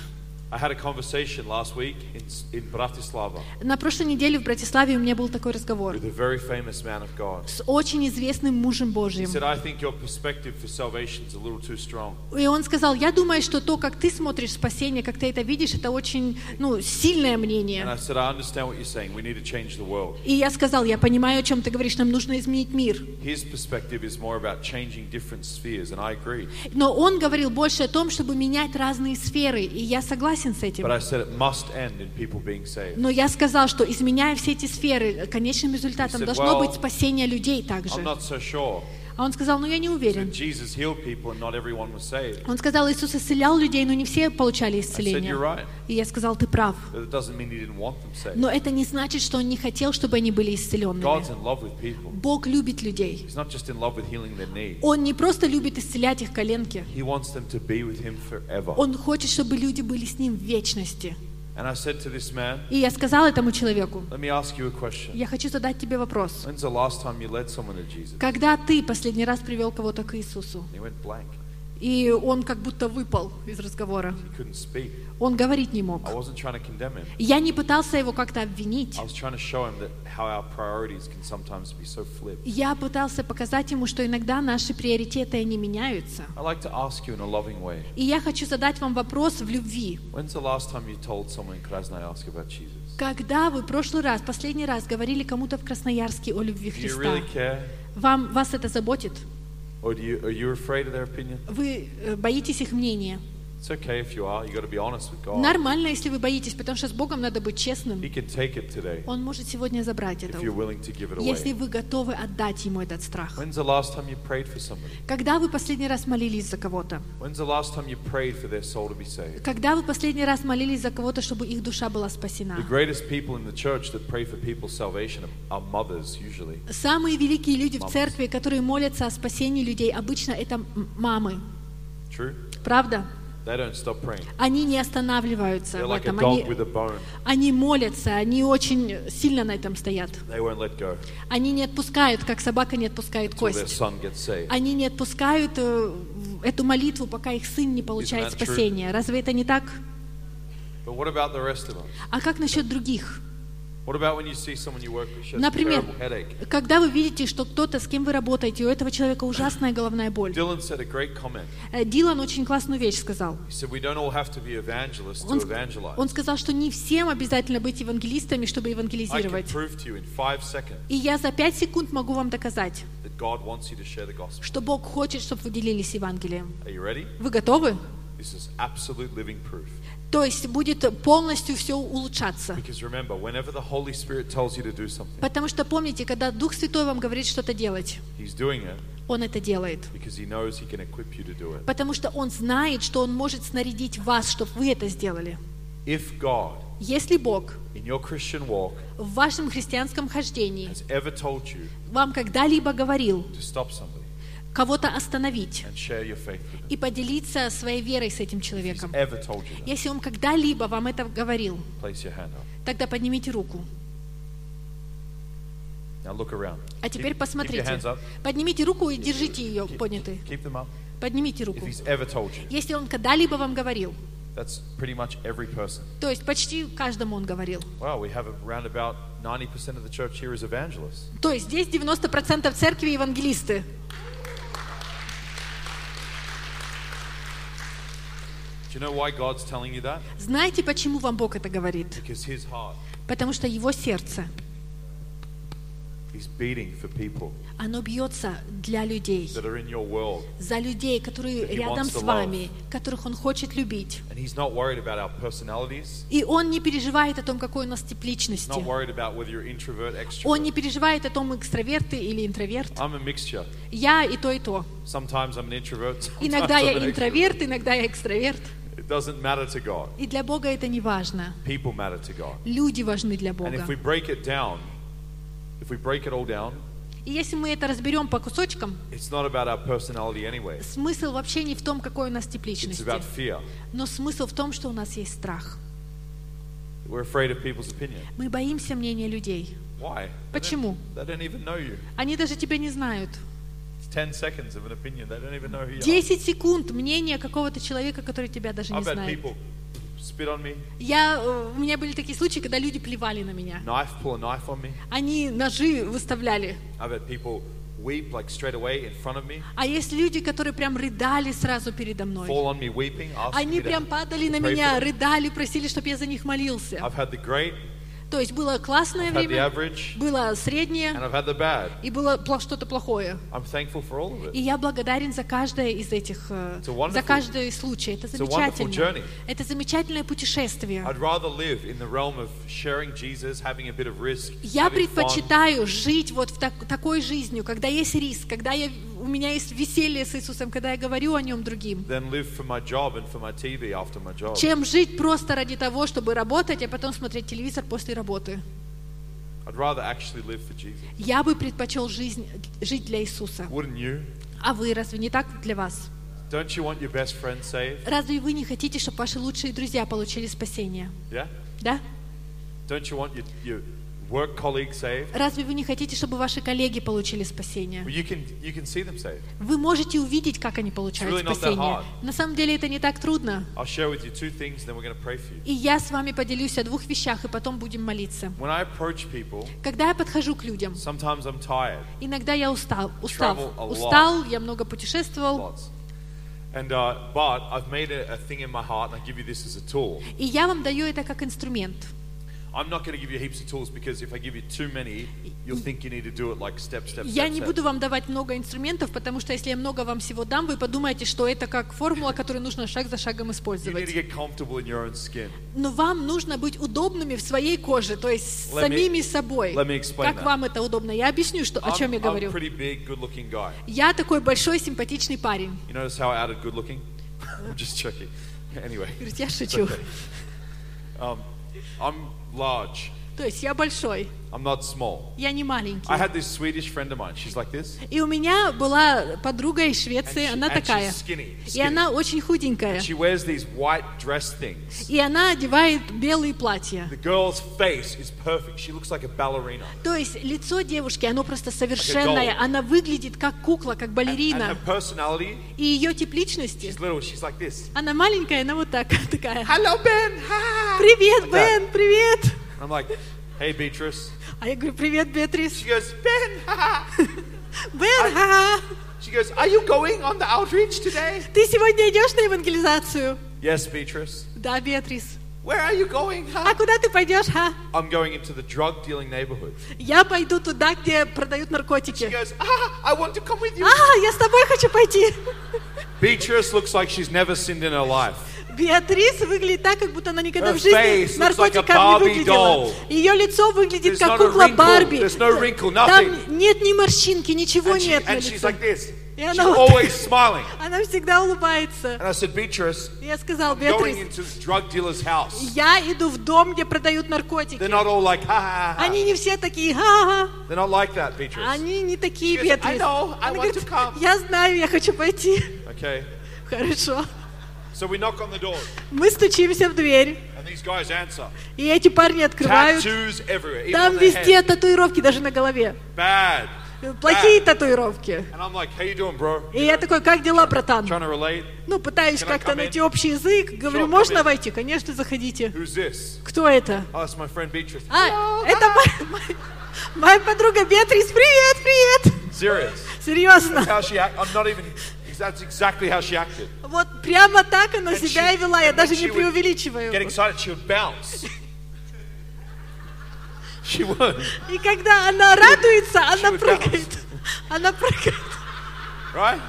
[SPEAKER 3] I had a conversation last week in, in Bratislava
[SPEAKER 2] На прошлой неделе в Братиславе у меня был такой разговор
[SPEAKER 3] with a very famous man of God.
[SPEAKER 2] с очень известным мужем
[SPEAKER 3] He
[SPEAKER 2] Божьим.
[SPEAKER 3] said, I think your perspective for salvation is a little too strong.
[SPEAKER 2] И он сказал, я думаю, что то, как ты смотришь спасение, как ты это видишь, это очень ну, сильное
[SPEAKER 3] And I
[SPEAKER 2] мнение.
[SPEAKER 3] said, I understand what you're saying. We need to change the world.
[SPEAKER 2] И я сказал, я понимаю, о чем ты говоришь, нам нужно изменить мир.
[SPEAKER 3] His perspective is more about changing different spheres, and I agree.
[SPEAKER 2] Но он говорил больше о том, чтобы менять разные сферы, и я согласен с
[SPEAKER 3] But
[SPEAKER 2] этим.
[SPEAKER 3] I said it must end in people being saved.
[SPEAKER 2] Но я сказал, что изменяя все эти сферы, конечным результатом
[SPEAKER 3] He said,
[SPEAKER 2] должно
[SPEAKER 3] well,
[SPEAKER 2] быть спасение людей
[SPEAKER 3] I'm
[SPEAKER 2] также.
[SPEAKER 3] not so sure.
[SPEAKER 2] А он сказал, ну я не
[SPEAKER 3] That
[SPEAKER 2] уверен.
[SPEAKER 3] Jesus healed people and not everyone was saved.
[SPEAKER 2] Он сказал, Иисус исцелял людей, но не все получали
[SPEAKER 3] "You're right."
[SPEAKER 2] исцеление. И я сказал, ты прав.
[SPEAKER 3] But it doesn't mean he didn't want them saved.
[SPEAKER 2] Но это не значит, что он не хотел, чтобы они были
[SPEAKER 3] God's
[SPEAKER 2] исцеленными.
[SPEAKER 3] in love with people.
[SPEAKER 2] Бог любит людей.
[SPEAKER 3] He's not just in love with healing their knee.
[SPEAKER 2] Он не просто любит исцелять их коленки.
[SPEAKER 3] He wants them to be with him forever.
[SPEAKER 2] Он хочет, чтобы люди были с ним в вечности.
[SPEAKER 3] And I said to this man,
[SPEAKER 2] И я сказал этому человеку,
[SPEAKER 3] Let me ask you a question.
[SPEAKER 2] я хочу задать тебе вопрос.
[SPEAKER 3] When's the last time you led someone to Jesus?
[SPEAKER 2] Когда ты последний раз привел кого-то к Иисусу?
[SPEAKER 3] He went blank.
[SPEAKER 2] И он как будто выпал из разговора.
[SPEAKER 3] He couldn't speak.
[SPEAKER 2] Он говорить не мог.
[SPEAKER 3] I wasn't trying to condemn him.
[SPEAKER 2] Я не пытался его как-то обвинить.
[SPEAKER 3] I was trying to show him that how our priorities can sometimes be so flipped.
[SPEAKER 2] Я пытался показать ему, что иногда наши приоритеты, они меняются.
[SPEAKER 3] I like to ask you in a loving way.
[SPEAKER 2] И я хочу задать вам вопрос в любви.
[SPEAKER 3] When's the last time you told someone in Krasnay ask about Jesus?
[SPEAKER 2] Когда вы в прошлый раз, последний раз говорили кому-то в Красноярске о любви
[SPEAKER 3] Do you
[SPEAKER 2] Христа,
[SPEAKER 3] really care?
[SPEAKER 2] вам, вас это заботит?
[SPEAKER 3] Or do you, are you afraid of their opinion?
[SPEAKER 2] Вы э, боитесь их мнения?
[SPEAKER 3] It's okay if you are. You got to be honest with God.
[SPEAKER 2] Нормально, если вы боитесь, потому что с Богом надо быть
[SPEAKER 3] He
[SPEAKER 2] честным.
[SPEAKER 3] can take it today
[SPEAKER 2] Он может сегодня забрать это
[SPEAKER 3] if
[SPEAKER 2] у
[SPEAKER 3] you're willing to give it
[SPEAKER 2] если
[SPEAKER 3] away.
[SPEAKER 2] вы готовы отдать ему этот страх.
[SPEAKER 3] When's the last time you prayed for somebody?
[SPEAKER 2] Когда вы последний раз молились за кого-то?
[SPEAKER 3] When's the last time you prayed for their soul to be saved?
[SPEAKER 2] Когда вы последний раз молились за кого-то, чтобы их душа была
[SPEAKER 3] The
[SPEAKER 2] спасена?
[SPEAKER 3] greatest people in the church that pray for people's salvation are mothers, usually.
[SPEAKER 2] Самые великие люди в
[SPEAKER 3] Мамы.
[SPEAKER 2] церкви, которые молятся о спасении людей, обычно это м- мамы.
[SPEAKER 3] True?
[SPEAKER 2] Правда?
[SPEAKER 3] They don't stop praying.
[SPEAKER 2] Они не останавливаются
[SPEAKER 3] They're
[SPEAKER 2] в
[SPEAKER 3] like a
[SPEAKER 2] этом.
[SPEAKER 3] dog
[SPEAKER 2] Они,
[SPEAKER 3] with a bone.
[SPEAKER 2] они молятся, они очень сильно на этом стоят.
[SPEAKER 3] They won't let go
[SPEAKER 2] Они не отпускают, как собака не отпускает
[SPEAKER 3] till their
[SPEAKER 2] кость.
[SPEAKER 3] son gets saved.
[SPEAKER 2] Они не отпускают э, в- эту молитву, пока их сын не получает
[SPEAKER 3] that true?
[SPEAKER 2] спасения. Разве это не так?
[SPEAKER 3] But what about the rest of us?
[SPEAKER 2] А как насчет других?
[SPEAKER 3] What about when you see someone you work with she has a
[SPEAKER 2] Например,
[SPEAKER 3] terrible headache?
[SPEAKER 2] когда вы видите, что кто-то, с кем вы работаете, у этого человека ужасная головная боль.
[SPEAKER 3] Dylan said a great comment.
[SPEAKER 2] Э, Дилан очень классную вещь сказал.
[SPEAKER 3] He said, We don't all have to be evangelists to
[SPEAKER 2] Он, ск- он
[SPEAKER 3] evangelize.
[SPEAKER 2] сказал, что не всем обязательно быть евангелистами, чтобы
[SPEAKER 3] I can
[SPEAKER 2] евангелизировать.
[SPEAKER 3] prove to you in five seconds
[SPEAKER 2] И я за пять секунд могу вам доказать,
[SPEAKER 3] that God wants you to share the gospel.
[SPEAKER 2] что Бог хочет, чтобы вы делились Евангелием.
[SPEAKER 3] Are you ready?
[SPEAKER 2] Вы готовы?
[SPEAKER 3] This is absolute living proof.
[SPEAKER 2] То есть будет полностью все улучшаться.
[SPEAKER 3] Because remember, whenever the Holy Spirit tells you to do something,
[SPEAKER 2] Потому что помните, когда Дух Святой вам говорит что-то делать,
[SPEAKER 3] He's doing it
[SPEAKER 2] Он это делает.
[SPEAKER 3] because He knows He can equip you to do it.
[SPEAKER 2] Потому что Он знает, что Он может снарядить вас, чтобы вы это сделали.
[SPEAKER 3] If God,
[SPEAKER 2] Если Бог
[SPEAKER 3] in your Christian walk,
[SPEAKER 2] в вашем христианском хождении
[SPEAKER 3] has ever told you
[SPEAKER 2] вам когда-либо говорил
[SPEAKER 3] to stop somebody
[SPEAKER 2] кого-то остановить
[SPEAKER 3] and share your faith with them,
[SPEAKER 2] и поделиться своей верой с этим человеком,
[SPEAKER 3] ever told you that,
[SPEAKER 2] если Он когда-либо вам это говорил,
[SPEAKER 3] place your hand up.
[SPEAKER 2] тогда поднимите руку.
[SPEAKER 3] Now look around.
[SPEAKER 2] А теперь
[SPEAKER 3] Keep- keep your
[SPEAKER 2] посмотрите.
[SPEAKER 3] hands up.
[SPEAKER 2] Поднимите руку и держите ее
[SPEAKER 3] Keep-
[SPEAKER 2] поднятой.
[SPEAKER 3] Keep them up.
[SPEAKER 2] Поднимите
[SPEAKER 3] If
[SPEAKER 2] руку.
[SPEAKER 3] He's ever told you,
[SPEAKER 2] Если он когда-либо вам говорил,
[SPEAKER 3] that's pretty much every person.
[SPEAKER 2] то есть почти каждому он говорил.
[SPEAKER 3] Wow, we have around about 90% of the church here is evangelists.
[SPEAKER 2] То есть здесь 90% церкви евангелисты.
[SPEAKER 3] Do you know why God's telling you that?
[SPEAKER 2] Знаете, почему вам Бог это говорит?
[SPEAKER 3] Because His heart,
[SPEAKER 2] Потому что его сердце,
[SPEAKER 3] He's beating for people
[SPEAKER 2] оно бьется для людей,
[SPEAKER 3] that are in your world.
[SPEAKER 2] за людей, которые
[SPEAKER 3] That he
[SPEAKER 2] рядом
[SPEAKER 3] wants to
[SPEAKER 2] с вами, которых он хочет любить.
[SPEAKER 3] And He's not worried about our personalities.
[SPEAKER 2] И он не переживает о том, какой у нас тип
[SPEAKER 3] He's not
[SPEAKER 2] личности.
[SPEAKER 3] worried about whether you're introvert,
[SPEAKER 2] Он не
[SPEAKER 3] extrovert.
[SPEAKER 2] переживает о том, экстраверт ты или интроверт.
[SPEAKER 3] I'm a mixture.
[SPEAKER 2] Я и то, и то.
[SPEAKER 3] Sometimes I'm an introvert. *laughs* Sometimes
[SPEAKER 2] Иногда
[SPEAKER 3] I'm
[SPEAKER 2] я
[SPEAKER 3] an
[SPEAKER 2] интроверт, иногда я экстраверт.
[SPEAKER 3] extrovert. It doesn't matter to God.
[SPEAKER 2] И для Бога это не важно.
[SPEAKER 3] People matter to God.
[SPEAKER 2] Люди важны для
[SPEAKER 3] And if we
[SPEAKER 2] Бога.
[SPEAKER 3] break it down, if we break it all down,
[SPEAKER 2] И если мы это разберем по кусочкам,
[SPEAKER 3] it's not about our personality anyway.
[SPEAKER 2] смысл вообще не в том, какой у нас тип
[SPEAKER 3] It's
[SPEAKER 2] личности,
[SPEAKER 3] about fear.
[SPEAKER 2] но смысл в том, что у нас есть страх.
[SPEAKER 3] We're afraid of people's opinion.
[SPEAKER 2] Мы боимся мнения людей.
[SPEAKER 3] Why? They don't-
[SPEAKER 2] Почему?
[SPEAKER 3] They don't even know you.
[SPEAKER 2] Они даже тебя не знают.
[SPEAKER 3] It's 10 seconds of an opinion. They don't even know who you
[SPEAKER 2] 10 секунд мнения какого-то человека, который тебя даже
[SPEAKER 3] are.
[SPEAKER 2] не
[SPEAKER 3] I've had
[SPEAKER 2] знает.
[SPEAKER 3] people spit on me,
[SPEAKER 2] Я, э, у меня были такие случаи, когда люди плевали на меня.
[SPEAKER 3] knife, pull a knife on me.
[SPEAKER 2] Они ножи выставляли.
[SPEAKER 3] I've had people weep like straight away in front of me,
[SPEAKER 2] А есть люди, которые прям рыдали сразу передо мной.
[SPEAKER 3] fall on me weeping, asking me
[SPEAKER 2] Они
[SPEAKER 3] to
[SPEAKER 2] прям падали на
[SPEAKER 3] pray for
[SPEAKER 2] меня,
[SPEAKER 3] them.
[SPEAKER 2] рыдали, просили, чтобы я за них молился.
[SPEAKER 3] I've had the great,
[SPEAKER 2] То есть было классное
[SPEAKER 3] I've had the
[SPEAKER 2] время,
[SPEAKER 3] А average,
[SPEAKER 2] было
[SPEAKER 3] and
[SPEAKER 2] среднее
[SPEAKER 3] I've had the bad.
[SPEAKER 2] и было пла- что-то плохое.
[SPEAKER 3] I'm thankful for all of
[SPEAKER 2] И
[SPEAKER 3] it.
[SPEAKER 2] я благодарен за каждое из этих, э,
[SPEAKER 3] It's a wonderful-
[SPEAKER 2] за каждый случай. Это
[SPEAKER 3] a wonderful
[SPEAKER 2] замечательно.
[SPEAKER 3] journey.
[SPEAKER 2] Это замечательное путешествие.
[SPEAKER 3] I'd rather live in the realm of sharing Jesus, having a bit of risk,
[SPEAKER 2] Я
[SPEAKER 3] having fun,
[SPEAKER 2] предпочитаю жить вот в так- такой жизнью, когда есть риск, когда я, у меня есть веселье с Иисусом, когда я говорю о Нем другим,
[SPEAKER 3] than live for my job and for my TV after my job.
[SPEAKER 2] чем жить просто ради того, чтобы работать, а потом смотреть телевизор после работы.
[SPEAKER 3] I'd rather actually live for Jesus.
[SPEAKER 2] Я бы предпочел жизнь, жить для Иисуса.
[SPEAKER 3] Wouldn't you?
[SPEAKER 2] А вы разве не так для вас?
[SPEAKER 3] Don't you want your best friend saved?
[SPEAKER 2] Разве вы не хотите, чтобы ваши лучшие друзья получили спасение?
[SPEAKER 3] Yeah?
[SPEAKER 2] Да?
[SPEAKER 3] Don't you want your, your work colleagues saved?
[SPEAKER 2] Разве вы не хотите, чтобы ваши коллеги получили спасение?
[SPEAKER 3] Well, you can you can see them saved.
[SPEAKER 2] Вы можете увидеть, как они получают
[SPEAKER 3] It's really not that
[SPEAKER 2] спасение.
[SPEAKER 3] hard.
[SPEAKER 2] На самом деле это не так трудно.
[SPEAKER 3] I'll share with you two things, and then we're going to pray for you.
[SPEAKER 2] И я с вами поделюсь о двух вещах, и потом будем молиться.
[SPEAKER 3] When I approach people,
[SPEAKER 2] Когда я подхожу к людям,
[SPEAKER 3] sometimes I'm tired,
[SPEAKER 2] иногда я устал, устал,
[SPEAKER 3] Travel a lot.
[SPEAKER 2] устал, я много путешествовал,
[SPEAKER 3] lots, and uh, but I've made a, a thing in my heart, and I give you this as a tool.
[SPEAKER 2] и я вам даю это как инструмент.
[SPEAKER 3] I'm not going to give you heaps of tools because if I give you too many, you'll think you need to do it like step, step,
[SPEAKER 2] Я
[SPEAKER 3] step.
[SPEAKER 2] не
[SPEAKER 3] step.
[SPEAKER 2] буду вам давать много инструментов, потому что если я много вам всего дам, вы подумаете, что это как формула, которую нужно шаг за шагом
[SPEAKER 3] You need to
[SPEAKER 2] использовать.
[SPEAKER 3] get comfortable in your own skin.
[SPEAKER 2] Но вам нужно быть удобными в своей коже, то есть
[SPEAKER 3] Let me-
[SPEAKER 2] самими собой.
[SPEAKER 3] let me explain
[SPEAKER 2] Как
[SPEAKER 3] that.
[SPEAKER 2] вам это удобно? Я объясню, что, о чем я
[SPEAKER 3] I'm, I'm a
[SPEAKER 2] говорю.
[SPEAKER 3] pretty big, good-looking guy.
[SPEAKER 2] Я такой большой, симпатичный парень.
[SPEAKER 3] You notice how I added good-looking? *laughs* I'm just checking. Anyway,
[SPEAKER 2] Говорит, я шучу.
[SPEAKER 3] um, I'm large.
[SPEAKER 2] То есть я большой,
[SPEAKER 3] I'm not small.
[SPEAKER 2] я не маленький.
[SPEAKER 3] I had this Swedish friend of mine. She's like this.
[SPEAKER 2] И у меня была подруга из Швеции,
[SPEAKER 3] And she-
[SPEAKER 2] она
[SPEAKER 3] and
[SPEAKER 2] такая.
[SPEAKER 3] she's skinny,
[SPEAKER 2] И
[SPEAKER 3] skinny.
[SPEAKER 2] она очень худенькая.
[SPEAKER 3] She wears these white dress things.
[SPEAKER 2] И она одевает белые платья.
[SPEAKER 3] The girl's face is perfect. She looks like a ballerina.
[SPEAKER 2] То есть лицо девушки, оно просто совершенное. Она выглядит как кукла, как
[SPEAKER 3] And, and her
[SPEAKER 2] балерина.
[SPEAKER 3] personality,
[SPEAKER 2] И ее тип личности,
[SPEAKER 3] she's little. She's like this.
[SPEAKER 2] она маленькая, она вот так такая.
[SPEAKER 3] Hello, Ben. Ha.
[SPEAKER 2] Привет,
[SPEAKER 3] Like that.
[SPEAKER 2] Бен, привет.
[SPEAKER 3] And I'm like, hey, Beatrice.
[SPEAKER 2] А я говорю, привет, Беатрис.
[SPEAKER 3] She goes, Ben. *laughs* Ha. А
[SPEAKER 2] Бен, ха-ха,
[SPEAKER 3] She goes, are you going on the outreach today?
[SPEAKER 2] ты сегодня идешь на евангелизацию?
[SPEAKER 3] Yes, Beatrice.
[SPEAKER 2] Да, Беатрис.
[SPEAKER 3] Where are you going?
[SPEAKER 2] А
[SPEAKER 3] Huh?
[SPEAKER 2] куда ты пойдешь, ха?
[SPEAKER 3] I'm going into the drug dealing neighborhood.
[SPEAKER 2] Я пойду туда, где продают
[SPEAKER 3] She
[SPEAKER 2] наркотики.
[SPEAKER 3] goes, ah, I want to come with you.
[SPEAKER 2] А, я с тобой хочу пойти.
[SPEAKER 3] Beatrice looks like she's never sinned in her life.
[SPEAKER 2] Беатрис выглядит так, как будто она никогда
[SPEAKER 3] Her
[SPEAKER 2] в
[SPEAKER 3] face
[SPEAKER 2] жизни
[SPEAKER 3] looks
[SPEAKER 2] наркотиком
[SPEAKER 3] like a Barbie
[SPEAKER 2] не выглядела.
[SPEAKER 3] doll.
[SPEAKER 2] Ее лицо выглядит
[SPEAKER 3] There's
[SPEAKER 2] как
[SPEAKER 3] not a
[SPEAKER 2] кукла
[SPEAKER 3] wrinkle.
[SPEAKER 2] Барби.
[SPEAKER 3] There's no wrinkle, nothing.
[SPEAKER 2] Там нет ни морщинки, ничего
[SPEAKER 3] And, she-
[SPEAKER 2] нет на
[SPEAKER 3] and she's
[SPEAKER 2] лице.
[SPEAKER 3] like this.
[SPEAKER 2] Yeah,
[SPEAKER 3] She's
[SPEAKER 2] no.
[SPEAKER 3] always smiling.
[SPEAKER 2] Она всегда улыбается.
[SPEAKER 3] And I said, Beatrice,
[SPEAKER 2] Я сказал,
[SPEAKER 3] going
[SPEAKER 2] Беатрис,
[SPEAKER 3] into this drug dealer's house.
[SPEAKER 2] я иду в дом, где продают наркотики.
[SPEAKER 3] They're not all like, ha ha ha.
[SPEAKER 2] Они не все такие, ха-ха.
[SPEAKER 3] They're not like that, Beatrice.
[SPEAKER 2] Они не такие,
[SPEAKER 3] She goes, I
[SPEAKER 2] Беатрис.
[SPEAKER 3] know,
[SPEAKER 2] Она
[SPEAKER 3] I want
[SPEAKER 2] говорит,
[SPEAKER 3] to come.
[SPEAKER 2] я знаю, я хочу пойти. *laughs*
[SPEAKER 3] Okay.
[SPEAKER 2] Хорошо.
[SPEAKER 3] So we knock on the door,
[SPEAKER 2] Мы стучимся в дверь,
[SPEAKER 3] and these guys answer.
[SPEAKER 2] и эти парни открывают.
[SPEAKER 3] Tattoos everywhere, even on
[SPEAKER 2] Там
[SPEAKER 3] their
[SPEAKER 2] везде
[SPEAKER 3] head.
[SPEAKER 2] татуировки, даже на голове.
[SPEAKER 3] Bad.
[SPEAKER 2] Плохие
[SPEAKER 3] Bad.
[SPEAKER 2] татуировки.
[SPEAKER 3] And I'm like, how you doing, bro?
[SPEAKER 2] И я такой, как дела, братан?
[SPEAKER 3] Trying to relate?
[SPEAKER 2] Ну, пытаюсь
[SPEAKER 3] Can I
[SPEAKER 2] как-то
[SPEAKER 3] come
[SPEAKER 2] найти
[SPEAKER 3] in?
[SPEAKER 2] общий язык. Говорю,
[SPEAKER 3] Sure, come
[SPEAKER 2] можно
[SPEAKER 3] in.
[SPEAKER 2] войти? Конечно, заходите.
[SPEAKER 3] Who's this?
[SPEAKER 2] Кто это?
[SPEAKER 3] Oh, it's my friend Beatrice.
[SPEAKER 2] А, это моя- моя- моя подруга Беатрис. Привет, привет!
[SPEAKER 3] Serious.
[SPEAKER 2] Серьезно.
[SPEAKER 3] how she act. I'm not even. That's exactly how she acted.
[SPEAKER 2] Вот прямо так она
[SPEAKER 3] And
[SPEAKER 2] себя
[SPEAKER 3] she-
[SPEAKER 2] и вела, я
[SPEAKER 3] and
[SPEAKER 2] даже
[SPEAKER 3] when
[SPEAKER 2] не
[SPEAKER 3] she would Get
[SPEAKER 2] преувеличиваю.
[SPEAKER 3] excited, she would bounce. she would,
[SPEAKER 2] И когда она радуется, она прыгает. Она прыгает.
[SPEAKER 3] right?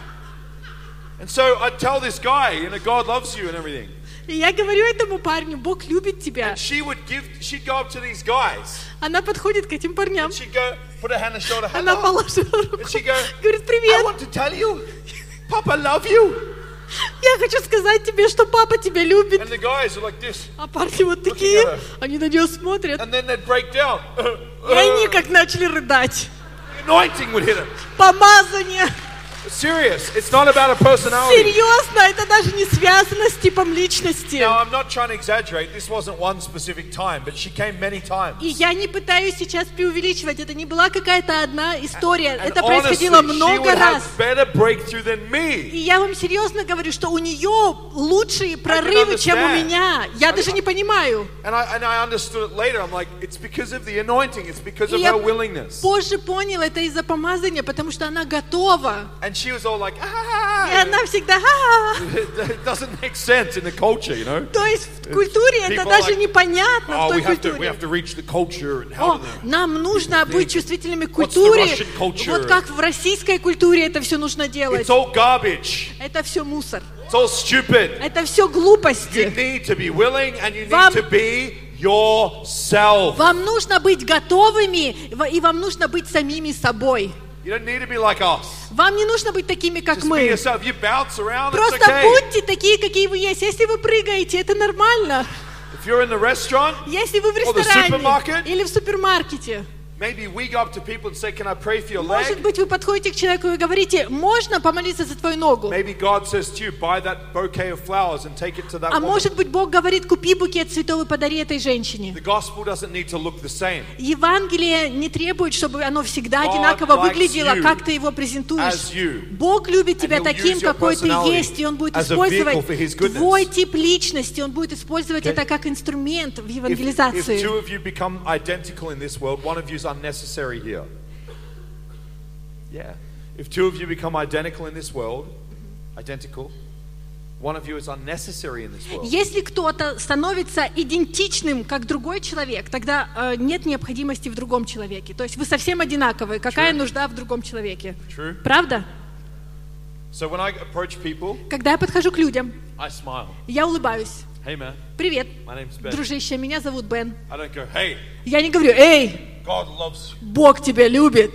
[SPEAKER 3] And so I tell this guy, you know, God loves you and everything.
[SPEAKER 2] И я говорю этому парню, Бог любит тебя.
[SPEAKER 3] She would give. She'd go up to these guys.
[SPEAKER 2] Она подходит к этим парням.
[SPEAKER 3] And she'd go, put her hand on her shoulder.
[SPEAKER 2] Она
[SPEAKER 3] Hello.
[SPEAKER 2] положила руку.
[SPEAKER 3] And she'd go.
[SPEAKER 2] Говорит,
[SPEAKER 3] I
[SPEAKER 2] привет.
[SPEAKER 3] want to tell you, Papa, love you.
[SPEAKER 2] Я хочу сказать тебе, что папа тебя любит.
[SPEAKER 3] And the guys are like this,
[SPEAKER 2] А парни вот
[SPEAKER 3] Ну,
[SPEAKER 2] такие,
[SPEAKER 3] at her.
[SPEAKER 2] они на нее смотрят.
[SPEAKER 3] and then they'd break down. Э.
[SPEAKER 2] И они как начали рыдать.
[SPEAKER 3] Anointing would hit them.
[SPEAKER 2] Помазание.
[SPEAKER 3] Serious. It's not about a personality.
[SPEAKER 2] Серьезно, это даже не связано с типом личности.
[SPEAKER 3] Now, I'm not trying to exaggerate. This wasn't one specific time, but she came many times.
[SPEAKER 2] И я не пытаюсь сейчас преувеличивать. Это не была какая-то одна история.
[SPEAKER 3] And
[SPEAKER 2] Это происходило
[SPEAKER 3] honestly, she
[SPEAKER 2] много
[SPEAKER 3] would
[SPEAKER 2] раз.
[SPEAKER 3] have better breakthrough than
[SPEAKER 2] И
[SPEAKER 3] me.
[SPEAKER 2] я вам серьезно говорю, что у нее лучшие прорывы, чем у
[SPEAKER 3] understand.
[SPEAKER 2] меня. Я
[SPEAKER 3] I-
[SPEAKER 2] даже не понимаю.
[SPEAKER 3] And I, and I understood it later. I'm like, it's because of the anointing. It's because
[SPEAKER 2] И
[SPEAKER 3] of
[SPEAKER 2] я
[SPEAKER 3] her willingness.
[SPEAKER 2] позже понял, это из-за помазания, потому что она готова.
[SPEAKER 3] And she was all like,
[SPEAKER 2] И
[SPEAKER 3] ah.
[SPEAKER 2] она всегда... «Ха-ха-ха».
[SPEAKER 3] *laughs* It doesn't make sense in the culture, you know.
[SPEAKER 2] То есть в культуре это
[SPEAKER 3] People
[SPEAKER 2] даже
[SPEAKER 3] like,
[SPEAKER 2] непонятно в
[SPEAKER 3] Oh,
[SPEAKER 2] той
[SPEAKER 3] we have to we
[SPEAKER 2] культуре.
[SPEAKER 3] have to reach the culture and
[SPEAKER 2] О,
[SPEAKER 3] how to the-
[SPEAKER 2] нам нужно быть чувствительными к
[SPEAKER 3] the
[SPEAKER 2] культуре.
[SPEAKER 3] Russian culture?
[SPEAKER 2] Вот как в российской культуре это все нужно делать.
[SPEAKER 3] It's all garbage.
[SPEAKER 2] Это все мусор.
[SPEAKER 3] It's all stupid.
[SPEAKER 2] Это все
[SPEAKER 3] You
[SPEAKER 2] глупости.
[SPEAKER 3] need to be willing and you
[SPEAKER 2] Вам-
[SPEAKER 3] need to be yourself.
[SPEAKER 2] Вам нужно быть готовыми, и ва- и вам нужно быть самими собой.
[SPEAKER 3] You don't need to be like us.
[SPEAKER 2] Вам не нужно быть такими, как
[SPEAKER 3] Just be
[SPEAKER 2] мы.
[SPEAKER 3] yourself. You bounce around, it's
[SPEAKER 2] Просто
[SPEAKER 3] okay.
[SPEAKER 2] будьте такие, какие вы есть. Если вы прыгаете, это нормально.
[SPEAKER 3] If you're in the restaurant,
[SPEAKER 2] Если вы в
[SPEAKER 3] the
[SPEAKER 2] ресторане
[SPEAKER 3] supermarket?
[SPEAKER 2] или в супермаркете,
[SPEAKER 3] Maybe we go up to people and say, Can I pray for your
[SPEAKER 2] может
[SPEAKER 3] leg?
[SPEAKER 2] быть, вы подходите к человеку и говорите, можно помолиться за твою ногу?
[SPEAKER 3] Maybe God says to you, Buy that bouquet of flowers and take it to that
[SPEAKER 2] А
[SPEAKER 3] woman.
[SPEAKER 2] может быть, Бог говорит, купи букет цветов и подари этой женщине.
[SPEAKER 3] The gospel doesn't need to look the same.
[SPEAKER 2] Евангелие не требует, чтобы оно всегда
[SPEAKER 3] God
[SPEAKER 2] одинаково
[SPEAKER 3] likes
[SPEAKER 2] выглядело,
[SPEAKER 3] you
[SPEAKER 2] как ты его
[SPEAKER 3] as
[SPEAKER 2] презентуешь.
[SPEAKER 3] you.
[SPEAKER 2] Бог любит тебя
[SPEAKER 3] he'll
[SPEAKER 2] таким,
[SPEAKER 3] use your
[SPEAKER 2] какой ты
[SPEAKER 3] personality
[SPEAKER 2] есть, и Он будет
[SPEAKER 3] as a
[SPEAKER 2] использовать
[SPEAKER 3] vehicle for his goodness.
[SPEAKER 2] твой тип личности, Он будет использовать
[SPEAKER 3] Okay.
[SPEAKER 2] это как инструмент в
[SPEAKER 3] If, if two
[SPEAKER 2] евангелизации.
[SPEAKER 3] of you become identical in this world, one of you is unnecessary here. Yeah. If two of you become identical in this world, identical, one of you is unnecessary in this world.
[SPEAKER 2] Если кто-то становится идентичным, как другой человек, тогда э, нет необходимости в другом человеке. То есть вы совсем одинаковые. Какая нужда в другом человеке?
[SPEAKER 3] True.
[SPEAKER 2] Правда?
[SPEAKER 3] So when I approach people,
[SPEAKER 2] Когда я подхожу к людям,
[SPEAKER 3] I smile.
[SPEAKER 2] я улыбаюсь.
[SPEAKER 3] Hey, man,
[SPEAKER 2] Привет,
[SPEAKER 3] my name's Ben.
[SPEAKER 2] дружище, меня зовут Бен.
[SPEAKER 3] I don't go, Hey,
[SPEAKER 2] Я не говорю, эй,
[SPEAKER 3] God loves you.
[SPEAKER 2] Бог тебя любит.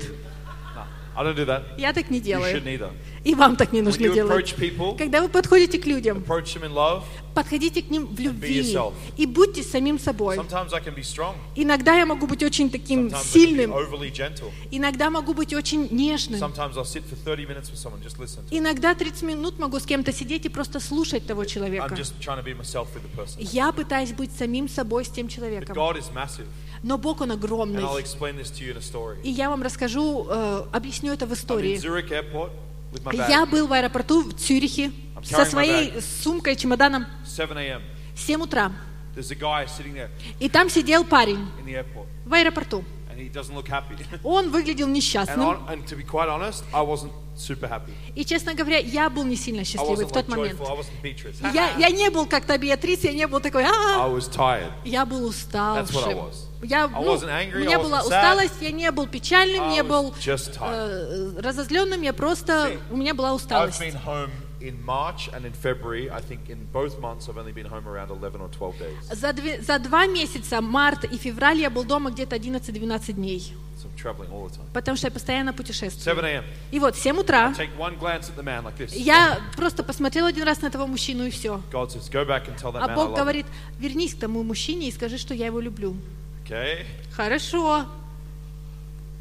[SPEAKER 3] Nah, I don't do that.
[SPEAKER 2] Я так не
[SPEAKER 3] You
[SPEAKER 2] делаю.
[SPEAKER 3] shouldn't either.
[SPEAKER 2] И вам так не
[SPEAKER 3] When
[SPEAKER 2] нужно
[SPEAKER 3] you
[SPEAKER 2] делать.
[SPEAKER 3] approach people,
[SPEAKER 2] Когда вы подходите к людям,
[SPEAKER 3] approach them in love,
[SPEAKER 2] Подходите к ним в любви
[SPEAKER 3] yourself.
[SPEAKER 2] и будьте самим собой.
[SPEAKER 3] Sometimes I can be strong.
[SPEAKER 2] Иногда я могу быть очень таким
[SPEAKER 3] Sometimes I can be
[SPEAKER 2] сильным,
[SPEAKER 3] overly gentle.
[SPEAKER 2] иногда могу быть очень нежным.
[SPEAKER 3] Sometimes I'll sit for 30 minutes with someone, just listen. To
[SPEAKER 2] Иногда 30 минут могу с кем-то сидеть и просто слушать того
[SPEAKER 3] them.
[SPEAKER 2] человека.
[SPEAKER 3] I'm just trying to be myself with the person.
[SPEAKER 2] Я пытаюсь быть самим собой с тем
[SPEAKER 3] But
[SPEAKER 2] человеком.
[SPEAKER 3] God is massive,
[SPEAKER 2] Но Бог, Он
[SPEAKER 3] and I'll
[SPEAKER 2] огромный.
[SPEAKER 3] explain this to you in a story.
[SPEAKER 2] И я вам расскажу, э, объясню это в
[SPEAKER 3] I'm in
[SPEAKER 2] истории.
[SPEAKER 3] Zurich Airport with my
[SPEAKER 2] Я
[SPEAKER 3] bag,
[SPEAKER 2] был в аэропорту в Цюрихе
[SPEAKER 3] I'm carrying
[SPEAKER 2] со
[SPEAKER 3] my
[SPEAKER 2] своей сумкой, чемоданом
[SPEAKER 3] 7 a.m.
[SPEAKER 2] в 7 утра.
[SPEAKER 3] There's a guy sitting there
[SPEAKER 2] И там сидел парень
[SPEAKER 3] in the airport,
[SPEAKER 2] в аэропорту.
[SPEAKER 3] and he doesn't look happy. *laughs*
[SPEAKER 2] Он выглядел
[SPEAKER 3] And,
[SPEAKER 2] несчастным.
[SPEAKER 3] on, and to be quite honest, I wasn't super happy.
[SPEAKER 2] И, честно говоря, я был не сильно
[SPEAKER 3] I
[SPEAKER 2] счастливый в
[SPEAKER 3] wasn't
[SPEAKER 2] тот
[SPEAKER 3] like
[SPEAKER 2] момент.
[SPEAKER 3] joyful. I wasn't Beatrice.
[SPEAKER 2] Я, я не был как-то Беатрис, я не был такой,
[SPEAKER 3] I
[SPEAKER 2] «А-а-а».
[SPEAKER 3] was tired.
[SPEAKER 2] я был уставшим.
[SPEAKER 3] was.
[SPEAKER 2] Я,
[SPEAKER 3] I
[SPEAKER 2] ну,
[SPEAKER 3] wasn't angry,
[SPEAKER 2] у
[SPEAKER 3] I
[SPEAKER 2] меня
[SPEAKER 3] wasn't
[SPEAKER 2] была
[SPEAKER 3] sad.
[SPEAKER 2] усталость, я не был печальным,
[SPEAKER 3] I
[SPEAKER 2] не
[SPEAKER 3] was
[SPEAKER 2] был
[SPEAKER 3] just tired.
[SPEAKER 2] э, разозленным, я просто,
[SPEAKER 3] See,
[SPEAKER 2] у меня была
[SPEAKER 3] I've
[SPEAKER 2] усталость.
[SPEAKER 3] been home in March and in February. I think in both months I've only been home around 11 or 12 days.
[SPEAKER 2] За, две- за два месяца, март и февраль, я был дома где-то 11-12 дней,
[SPEAKER 3] So I'm traveling all the time.
[SPEAKER 2] потому что я постоянно путешествую.
[SPEAKER 3] 7 a.m.
[SPEAKER 2] И вот, в 7 утра,
[SPEAKER 3] Take one glance at the man like this.
[SPEAKER 2] я просто посмотрела один раз на этого мужчину и все.
[SPEAKER 3] God says, go back and tell that
[SPEAKER 2] А
[SPEAKER 3] man I
[SPEAKER 2] Бог
[SPEAKER 3] love him.
[SPEAKER 2] говорит, вернись к тому мужчине и скажи, что я его люблю.
[SPEAKER 3] Okay.
[SPEAKER 2] Хорошо,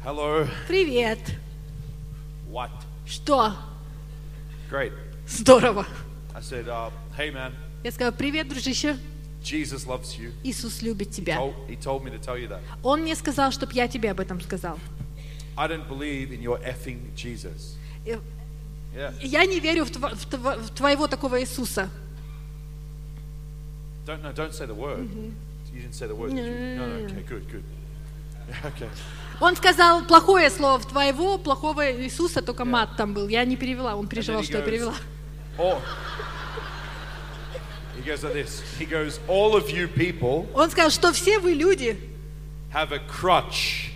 [SPEAKER 3] Hello.
[SPEAKER 2] привет.
[SPEAKER 3] What?
[SPEAKER 2] Что?
[SPEAKER 3] Great.
[SPEAKER 2] Здорово.
[SPEAKER 3] I said, uh, hey man,
[SPEAKER 2] Я сказала, привет, дружище,
[SPEAKER 3] Jesus loves you.
[SPEAKER 2] Иисус любит тебя.
[SPEAKER 3] Oh, he told me to tell you that.
[SPEAKER 2] Он мне сказал, чтобы я тебе об этом сказал.
[SPEAKER 3] I don't believe in your effing Jesus.
[SPEAKER 2] Э,
[SPEAKER 3] Yeah.
[SPEAKER 2] Я не верю в, тво- в тво- в твоего такого Иисуса.
[SPEAKER 3] Don't no, don't say the word. You didn't say the word. did you? Mm-hmm. No, no, okay, good, good. *laughs* Okay.
[SPEAKER 2] Он сказал плохое слово в твоего, плохого Иисуса, только мат там был. Я не перевела, он переживал,
[SPEAKER 3] he
[SPEAKER 2] что я
[SPEAKER 3] goes-
[SPEAKER 2] перевела.
[SPEAKER 3] Or he goes like this. He goes, all of you people
[SPEAKER 2] Он сказал, что все вы люди,
[SPEAKER 3] have a crutch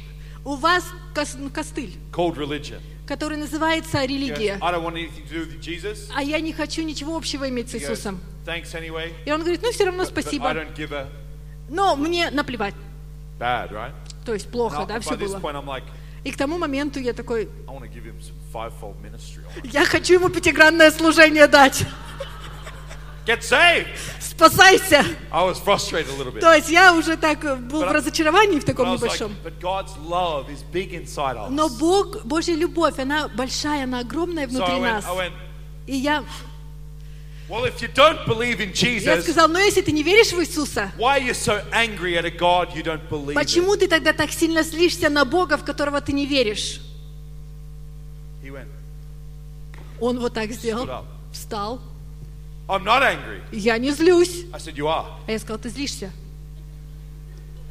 [SPEAKER 2] у вас кос- костыль,
[SPEAKER 3] called religion.
[SPEAKER 2] который называется
[SPEAKER 3] He goes,
[SPEAKER 2] религия.
[SPEAKER 3] I don't want anything to do with Jesus.
[SPEAKER 2] А я не хочу ничего общего иметь с
[SPEAKER 3] He goes,
[SPEAKER 2] Иисусом.
[SPEAKER 3] Thanks anyway.
[SPEAKER 2] И он говорит, ну все равно
[SPEAKER 3] But, but I
[SPEAKER 2] спасибо.
[SPEAKER 3] don't give a
[SPEAKER 2] Но мне наплевать.
[SPEAKER 3] bad, right?
[SPEAKER 2] То есть плохо,
[SPEAKER 3] Now,
[SPEAKER 2] да,
[SPEAKER 3] by
[SPEAKER 2] все
[SPEAKER 3] this
[SPEAKER 2] было.
[SPEAKER 3] point, I'm like,
[SPEAKER 2] И к тому моменту я такой,
[SPEAKER 3] I want to give him some fivefold ministry. I'm like,
[SPEAKER 2] я хочу ему пятигранное служение дать.
[SPEAKER 3] Get saved!
[SPEAKER 2] Спасайся!
[SPEAKER 3] I was frustrated a little bit.
[SPEAKER 2] То есть я уже так э, был
[SPEAKER 3] But
[SPEAKER 2] в
[SPEAKER 3] I-
[SPEAKER 2] разочаровании в
[SPEAKER 3] But, I
[SPEAKER 2] таком
[SPEAKER 3] was like,
[SPEAKER 2] небольшом.
[SPEAKER 3] but God's love is big inside us.
[SPEAKER 2] Но Бог, Божья любовь, она большая, она огромная
[SPEAKER 3] so I
[SPEAKER 2] внутри
[SPEAKER 3] went,
[SPEAKER 2] нас.
[SPEAKER 3] I went,
[SPEAKER 2] И я,
[SPEAKER 3] well, if you don't believe in
[SPEAKER 2] я
[SPEAKER 3] Jesus,
[SPEAKER 2] сказал, ну если ты не веришь в Иисуса,
[SPEAKER 3] why are you so angry at a God you don't believe in?
[SPEAKER 2] почему ты тогда так сильно злишься на Бога, в которого ты не веришь?
[SPEAKER 3] He went,
[SPEAKER 2] Он вот так
[SPEAKER 3] Stood up.
[SPEAKER 2] сделал, встал.
[SPEAKER 3] I'm not angry.
[SPEAKER 2] Я не злюсь.
[SPEAKER 3] I said, You are.
[SPEAKER 2] А я сказала, ты злишься.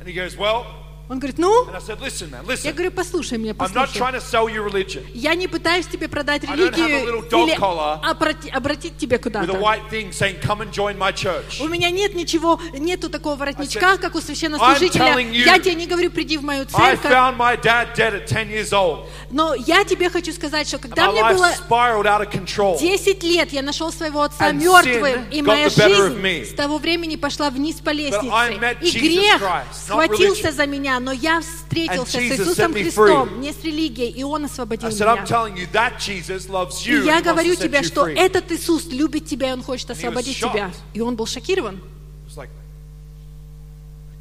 [SPEAKER 3] And he goes, Well,
[SPEAKER 2] Он говорит, ну?
[SPEAKER 3] and I said, Listen, man,
[SPEAKER 2] Я
[SPEAKER 3] listen.
[SPEAKER 2] говорю, послушай меня,
[SPEAKER 3] I'm not
[SPEAKER 2] послушай.
[SPEAKER 3] trying to sell you religion
[SPEAKER 2] Я не пытаюсь тебе продать
[SPEAKER 3] I don't have a
[SPEAKER 2] религию
[SPEAKER 3] little dog
[SPEAKER 2] или
[SPEAKER 3] collar
[SPEAKER 2] обрати- обратить тебя
[SPEAKER 3] with a
[SPEAKER 2] куда-то.
[SPEAKER 3] white thing saying, Come and join my church.
[SPEAKER 2] У меня нет ничего, нету такого
[SPEAKER 3] I
[SPEAKER 2] воротничка,
[SPEAKER 3] said,
[SPEAKER 2] как у священнослужителя.
[SPEAKER 3] telling you,
[SPEAKER 2] Я тебе не говорю, приди в мою
[SPEAKER 3] I
[SPEAKER 2] церковь.
[SPEAKER 3] found my dad dead at 10 years old.
[SPEAKER 2] Но я тебе хочу сказать, что когда
[SPEAKER 3] My
[SPEAKER 2] мне было
[SPEAKER 3] life spiraled out of control.
[SPEAKER 2] 10 лет, я нашел своего отца
[SPEAKER 3] And
[SPEAKER 2] мертвым,
[SPEAKER 3] sin
[SPEAKER 2] и
[SPEAKER 3] got
[SPEAKER 2] моя
[SPEAKER 3] the better of me.
[SPEAKER 2] жизнь с того времени пошла вниз по
[SPEAKER 3] I
[SPEAKER 2] лестнице.
[SPEAKER 3] met
[SPEAKER 2] И
[SPEAKER 3] Jesus
[SPEAKER 2] грех
[SPEAKER 3] Christ, not
[SPEAKER 2] схватился
[SPEAKER 3] religion.
[SPEAKER 2] за меня, но я встретился с
[SPEAKER 3] Jesus set
[SPEAKER 2] Иисусом
[SPEAKER 3] me free.
[SPEAKER 2] Христом, не с религией, и Он освободил
[SPEAKER 3] I said, I'm
[SPEAKER 2] меня.
[SPEAKER 3] telling you, that Jesus loves
[SPEAKER 2] И
[SPEAKER 3] you.
[SPEAKER 2] я
[SPEAKER 3] and he wants to
[SPEAKER 2] говорю
[SPEAKER 3] set
[SPEAKER 2] тебе,
[SPEAKER 3] you
[SPEAKER 2] что
[SPEAKER 3] free.
[SPEAKER 2] этот Иисус любит тебя, и Он хочет
[SPEAKER 3] was
[SPEAKER 2] освободить
[SPEAKER 3] shocked.
[SPEAKER 2] тебя. И он был шокирован.
[SPEAKER 3] It's like,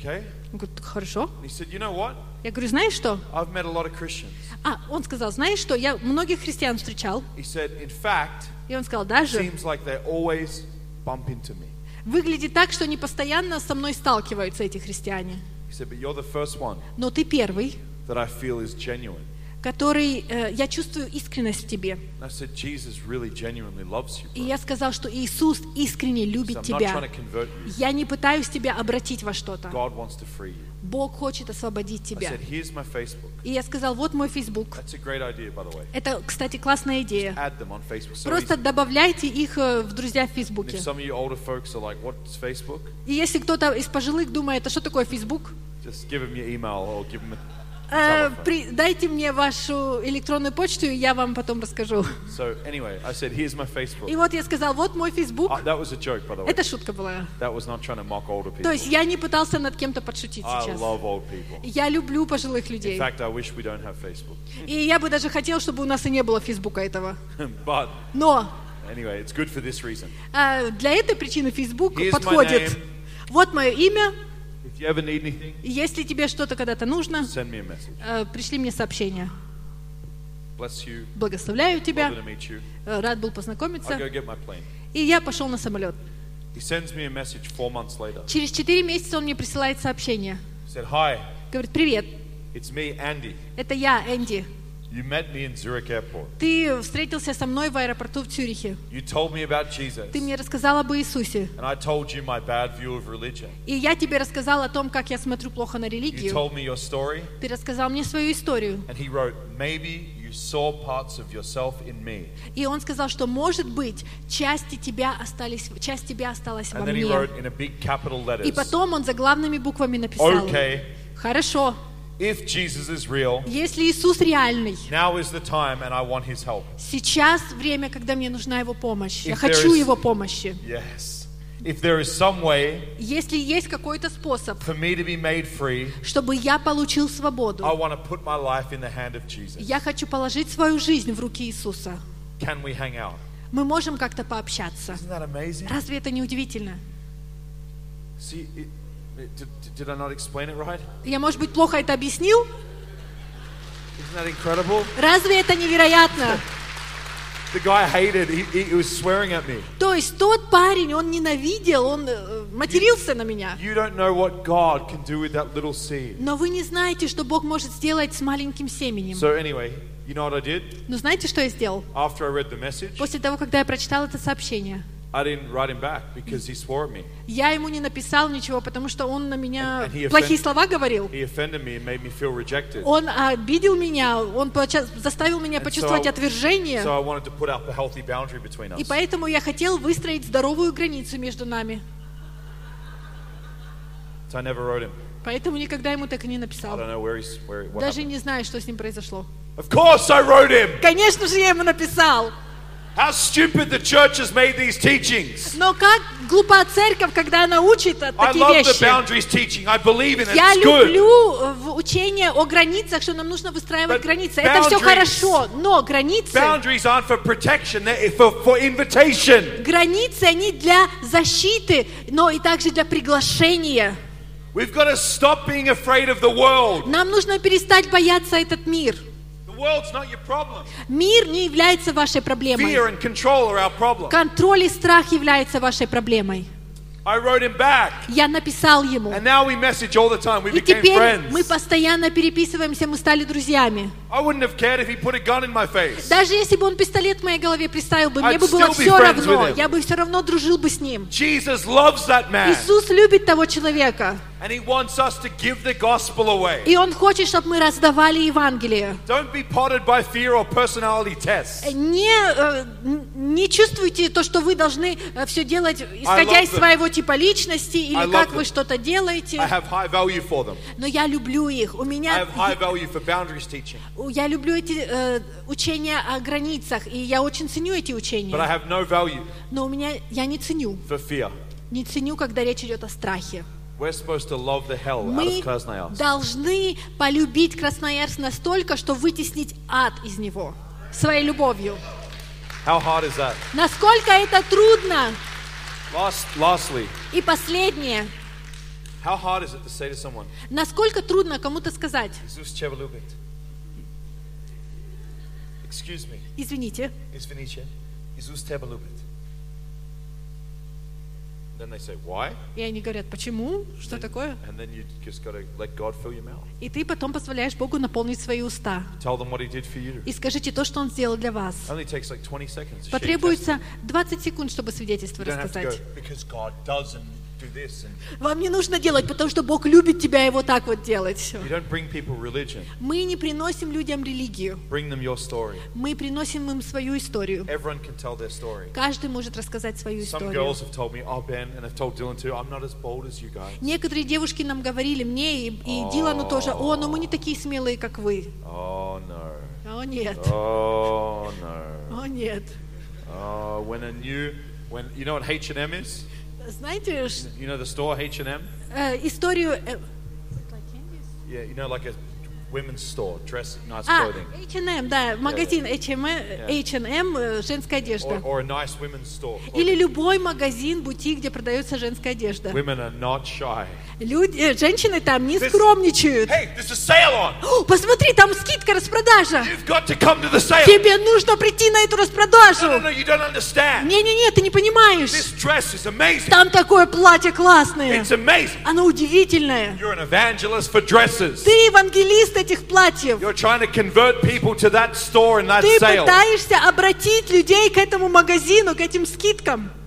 [SPEAKER 3] okay.
[SPEAKER 2] Он говорит, «Так хорошо.
[SPEAKER 3] And he said, you know what?
[SPEAKER 2] Я говорю, знаешь что?
[SPEAKER 3] I've met a lot of Christians.
[SPEAKER 2] А, он сказал, знаешь что, я многих христиан встречал.
[SPEAKER 3] He said, in fact,
[SPEAKER 2] И он сказал,
[SPEAKER 3] it
[SPEAKER 2] даже
[SPEAKER 3] seems like they always bump into me.
[SPEAKER 2] выглядит так, что они постоянно со мной сталкиваются, эти христиане.
[SPEAKER 3] He said, but you're the first one
[SPEAKER 2] Но ты первый,
[SPEAKER 3] that I feel is genuine.
[SPEAKER 2] который, э, я чувствую искренность в тебе.
[SPEAKER 3] And I said, Jesus really genuinely loves you.
[SPEAKER 2] И
[SPEAKER 3] bro."
[SPEAKER 2] я сказал, что Иисус искренне
[SPEAKER 3] So
[SPEAKER 2] любит
[SPEAKER 3] I'm not trying to
[SPEAKER 2] тебя.
[SPEAKER 3] convert you.
[SPEAKER 2] Я не пытаюсь тебя обратить во что-то.
[SPEAKER 3] God wants to free you.
[SPEAKER 2] Бог хочет освободить
[SPEAKER 3] I
[SPEAKER 2] тебя.
[SPEAKER 3] said, here's my Facebook.
[SPEAKER 2] И я сказал, вот мой Facebook.
[SPEAKER 3] That's a great idea, by the way.
[SPEAKER 2] Это, кстати, классная идея.
[SPEAKER 3] Add them on Facebook. So
[SPEAKER 2] Просто
[SPEAKER 3] easy.
[SPEAKER 2] добавляйте их э, в друзья в
[SPEAKER 3] And
[SPEAKER 2] Фейсбуке.
[SPEAKER 3] if some of you older folks are like, what's Facebook?
[SPEAKER 2] И если кто-то из пожилых думает, а что такое Facebook?
[SPEAKER 3] Just give them your email or give them a
[SPEAKER 2] Э,
[SPEAKER 3] telephone.
[SPEAKER 2] при- дайте мне вашу электронную почту, и я вам потом расскажу.
[SPEAKER 3] So anyway, I said, here's my
[SPEAKER 2] И
[SPEAKER 3] Facebook.
[SPEAKER 2] вот я сказал, вот мой Facebook.
[SPEAKER 3] Uh, that was a joke, by the way.
[SPEAKER 2] Это шутка была.
[SPEAKER 3] That was not trying to mock older people.
[SPEAKER 2] То есть я не пытался над кем-то подшутить
[SPEAKER 3] I
[SPEAKER 2] сейчас.
[SPEAKER 3] love old people.
[SPEAKER 2] Я люблю пожилых
[SPEAKER 3] In
[SPEAKER 2] людей.
[SPEAKER 3] fact, I wish we don't have Facebook. *laughs*
[SPEAKER 2] И я бы даже хотел, чтобы у нас и не было Фейсбука этого.
[SPEAKER 3] but
[SPEAKER 2] Но
[SPEAKER 3] Anyway, it's good for this reason.
[SPEAKER 2] Э, Для этой причины Facebook
[SPEAKER 3] Here's my
[SPEAKER 2] подходит.
[SPEAKER 3] name.
[SPEAKER 2] Вот мое имя.
[SPEAKER 3] If you ever need anything,
[SPEAKER 2] Если тебе что-то когда-то нужно,
[SPEAKER 3] send me a message.
[SPEAKER 2] э, пришли мне сообщение.
[SPEAKER 3] Bless you.
[SPEAKER 2] Благословляю
[SPEAKER 3] Lovely to
[SPEAKER 2] тебя.
[SPEAKER 3] meet you.
[SPEAKER 2] Э, Рад был
[SPEAKER 3] I'll go
[SPEAKER 2] познакомиться.
[SPEAKER 3] get my plane.
[SPEAKER 2] И я пошел на самолет.
[SPEAKER 3] He sends me a message four months later.
[SPEAKER 2] Через 4 месяца он мне присылает сообщение.
[SPEAKER 3] He said, Hi,
[SPEAKER 2] Говорит, привет,
[SPEAKER 3] it's me, Andy.
[SPEAKER 2] это я, Энди.
[SPEAKER 3] You met me in Zurich Airport.
[SPEAKER 2] Ты встретился со мной в аэропорту в Цюрихе.
[SPEAKER 3] You told me about Jesus.
[SPEAKER 2] Ты мне рассказал об Иисусе.
[SPEAKER 3] And I told you my bad view of religion.
[SPEAKER 2] И я тебе рассказал о том, как я смотрю плохо на
[SPEAKER 3] You
[SPEAKER 2] религию.
[SPEAKER 3] told me your story.
[SPEAKER 2] Ты рассказал мне свою историю.
[SPEAKER 3] And he wrote, Maybe you saw parts of yourself in me.
[SPEAKER 2] И он сказал, что, может быть, части тебя остались, часть тебя осталась во
[SPEAKER 3] And then he wrote
[SPEAKER 2] мне.
[SPEAKER 3] in a big capital
[SPEAKER 2] И
[SPEAKER 3] letters,
[SPEAKER 2] потом он за главными буквами написал.
[SPEAKER 3] Okay,
[SPEAKER 2] Хорошо,
[SPEAKER 3] if Jesus is real,
[SPEAKER 2] если Иисус реальный,
[SPEAKER 3] now is the time and I want his help.
[SPEAKER 2] сейчас время, когда мне нужна Его помощь. Я
[SPEAKER 3] If there
[SPEAKER 2] хочу
[SPEAKER 3] is-
[SPEAKER 2] Его помощи.
[SPEAKER 3] Yes. If there is some way
[SPEAKER 2] Если есть какой-то способ,
[SPEAKER 3] for me to be made free,
[SPEAKER 2] чтобы я получил свободу,
[SPEAKER 3] I want to put my life in the hand of Jesus.
[SPEAKER 2] я хочу положить свою жизнь в руки Иисуса.
[SPEAKER 3] Can we hang out?
[SPEAKER 2] Мы можем как-то пообщаться.
[SPEAKER 3] Isn't that amazing?
[SPEAKER 2] Разве это не удивительно?
[SPEAKER 3] See, it, it- did, did I not explain it right?
[SPEAKER 2] Я, может быть, плохо это объяснил?
[SPEAKER 3] Isn't that incredible?
[SPEAKER 2] Разве это невероятно?
[SPEAKER 3] The guy hated. He, he, he was swearing at me.
[SPEAKER 2] То есть тот парень, он ненавидел, он э, матерился на меня.
[SPEAKER 3] You don't know what God can do with that little seed.
[SPEAKER 2] Но вы не знаете, что Бог может сделать с маленьким семенем.
[SPEAKER 3] So anyway, you know what I did?
[SPEAKER 2] Но знаете, что я сделал?
[SPEAKER 3] After I read the message,
[SPEAKER 2] После того, когда я прочитал это сообщение,
[SPEAKER 3] I didn't write him back because he swore at me.
[SPEAKER 2] я ему не написал ничего, потому что он на меня
[SPEAKER 3] And he offend-
[SPEAKER 2] плохие слова говорил.
[SPEAKER 3] He offended me and made me feel rejected.
[SPEAKER 2] Он обидел меня, он поча- заставил меня
[SPEAKER 3] And
[SPEAKER 2] почувствовать
[SPEAKER 3] so-
[SPEAKER 2] отвержение.
[SPEAKER 3] So I wanted to put up a healthy boundary between us.
[SPEAKER 2] И поэтому я хотел выстроить здоровую границу между нами.
[SPEAKER 3] So I never wrote him.
[SPEAKER 2] Поэтому никогда ему так и не
[SPEAKER 3] I
[SPEAKER 2] написал.
[SPEAKER 3] don't know where he's where. What
[SPEAKER 2] Даже
[SPEAKER 3] happened.
[SPEAKER 2] не знаю, что с ним произошло.
[SPEAKER 3] Of course, I wrote him.
[SPEAKER 2] Конечно же, я ему написал.
[SPEAKER 3] How stupid the church has made these teachings.
[SPEAKER 2] Но как глупа церковь, когда она учит э,
[SPEAKER 3] I
[SPEAKER 2] такие
[SPEAKER 3] love the
[SPEAKER 2] вещи.
[SPEAKER 3] boundaries teaching. I believe in it.
[SPEAKER 2] Я
[SPEAKER 3] It's good.
[SPEAKER 2] люблю э, в- учение о границах, что нам нужно выстраивать
[SPEAKER 3] But
[SPEAKER 2] границы. Это все
[SPEAKER 3] boundaries-
[SPEAKER 2] хорошо, но границы,
[SPEAKER 3] Boundaries aren't for protection; they're for, for invitation.
[SPEAKER 2] границы, они для защиты, но и также для приглашения.
[SPEAKER 3] We've got to stop being afraid of the world.
[SPEAKER 2] Нам нужно перестать бояться этот мир.
[SPEAKER 3] The world's not your problem.
[SPEAKER 2] Мир не является вашей проблемой.
[SPEAKER 3] Fear and control are our problem.
[SPEAKER 2] Контроль и страх являются вашей проблемой.
[SPEAKER 3] I wrote him back,
[SPEAKER 2] Я написал ему.
[SPEAKER 3] and now we message all the time. We
[SPEAKER 2] И
[SPEAKER 3] became
[SPEAKER 2] теперь мы
[SPEAKER 3] friends.
[SPEAKER 2] постоянно переписываемся, мы стали друзьями.
[SPEAKER 3] I wouldn't have cared if he put a gun in my face.
[SPEAKER 2] Даже если бы он пистолет в моей голове приставил бы, мне
[SPEAKER 3] I'd
[SPEAKER 2] бы было
[SPEAKER 3] still be
[SPEAKER 2] все
[SPEAKER 3] friends
[SPEAKER 2] равно.
[SPEAKER 3] with him.
[SPEAKER 2] Я бы все равно дружил бы с ним.
[SPEAKER 3] Jesus loves that man,
[SPEAKER 2] Иисус любит того человека.
[SPEAKER 3] and he wants us to give the gospel away.
[SPEAKER 2] И Он хочет, чтобы мы раздавали Евангелие.
[SPEAKER 3] Don't be potted by fear or personality tests.
[SPEAKER 2] Не, э, н- не чувствуйте то, что вы должны все делать, исходя
[SPEAKER 3] love
[SPEAKER 2] из
[SPEAKER 3] them.
[SPEAKER 2] своего типа личности
[SPEAKER 3] I
[SPEAKER 2] или
[SPEAKER 3] love
[SPEAKER 2] как вы
[SPEAKER 3] them.
[SPEAKER 2] что-то
[SPEAKER 3] I
[SPEAKER 2] делаете.
[SPEAKER 3] have high value for them.
[SPEAKER 2] Но я люблю их. У
[SPEAKER 3] I
[SPEAKER 2] меня
[SPEAKER 3] have high value for boundaries teaching,
[SPEAKER 2] я люблю эти э, учения о границах, и я очень ценю эти
[SPEAKER 3] but I
[SPEAKER 2] учения.
[SPEAKER 3] have no value
[SPEAKER 2] Но у меня я не ценю,
[SPEAKER 3] for fear.
[SPEAKER 2] не ценю, когда речь идет о страхе.
[SPEAKER 3] We're supposed to love the hell out of
[SPEAKER 2] Мы
[SPEAKER 3] Krasnoyarsk.
[SPEAKER 2] должны полюбить Красноярск настолько, что вытеснить ад из него своей любовью.
[SPEAKER 3] How hard is that?
[SPEAKER 2] Насколько это трудно!
[SPEAKER 3] Last, lastly,
[SPEAKER 2] И последнее.
[SPEAKER 3] how hard is it to say to someone,
[SPEAKER 2] Насколько трудно кому-то сказать,
[SPEAKER 3] Jesus Chevelubit? Excuse me,
[SPEAKER 2] извините,
[SPEAKER 3] Izvinice, Jesus Chevelubit. Then they say, why?
[SPEAKER 2] и они говорят, почему, что такое?
[SPEAKER 3] And then you just got to let God fill your mouth.
[SPEAKER 2] И ты потом позволяешь Богу наполнить свои уста.
[SPEAKER 3] Tell them what He did for you.
[SPEAKER 2] И скажите то, что Он сделал для вас.
[SPEAKER 3] Only takes like 20 seconds. to share your
[SPEAKER 2] Потребуется 20 секунд, чтобы свидетельство
[SPEAKER 3] You don't have to
[SPEAKER 2] рассказать.
[SPEAKER 3] go because God does and do this, and
[SPEAKER 2] Вам не нужно делать, потому что Бог любит тебя и вот так вот делать.
[SPEAKER 3] you don't bring people religion.
[SPEAKER 2] Мы не приносим людям религию,
[SPEAKER 3] Bring them your story.
[SPEAKER 2] мы приносим им свою историю.
[SPEAKER 3] Everyone can tell their story.
[SPEAKER 2] Каждый может рассказать свою
[SPEAKER 3] Some
[SPEAKER 2] историю.
[SPEAKER 3] girls have told me, oh Ben, and I've told Dylan too. I'm not as bold as you guys.
[SPEAKER 2] Некоторые девушки нам говорили, мне и, и Дилану тоже, о, но мы не такие смелые, как вы.
[SPEAKER 3] Oh no.
[SPEAKER 2] О, нет,
[SPEAKER 3] Oh no.
[SPEAKER 2] о, нет.
[SPEAKER 3] Oh, when a new, when you know what H and M is?
[SPEAKER 2] Знаете, ш-
[SPEAKER 3] You know the store H and M?
[SPEAKER 2] э, историю... э,
[SPEAKER 3] Yeah, you know like a women's store, dress, nice
[SPEAKER 2] А,
[SPEAKER 3] clothing,
[SPEAKER 2] H&M, да, магазин H&M, H&M, э, женская
[SPEAKER 3] or,
[SPEAKER 2] одежда.
[SPEAKER 3] or a nice women's store. clothing.
[SPEAKER 2] Или любой магазин, бутик, где продается женская одежда.
[SPEAKER 3] Women are not shy.
[SPEAKER 2] Люди, э, женщины там не скромничают.
[SPEAKER 3] Hey, there's a sale on.
[SPEAKER 2] «О, Посмотри, там скидка, распродажа.
[SPEAKER 3] You've got to come to the sale.
[SPEAKER 2] Тебе нужно прийти на эту
[SPEAKER 3] No, no, no,
[SPEAKER 2] распродажу.
[SPEAKER 3] you don't understand.
[SPEAKER 2] Не-не-не, ты не понимаешь.
[SPEAKER 3] This dress is amazing.
[SPEAKER 2] Там такое платье классное.
[SPEAKER 3] It's amazing.
[SPEAKER 2] Оно удивительное.
[SPEAKER 3] You're an evangelist for dresses.
[SPEAKER 2] Ты евангелист этих платьев.
[SPEAKER 3] You're trying to convert people to that store and that
[SPEAKER 2] Ты
[SPEAKER 3] sale.
[SPEAKER 2] пытаешься обратить людей к этому магазину, к этим скидкам.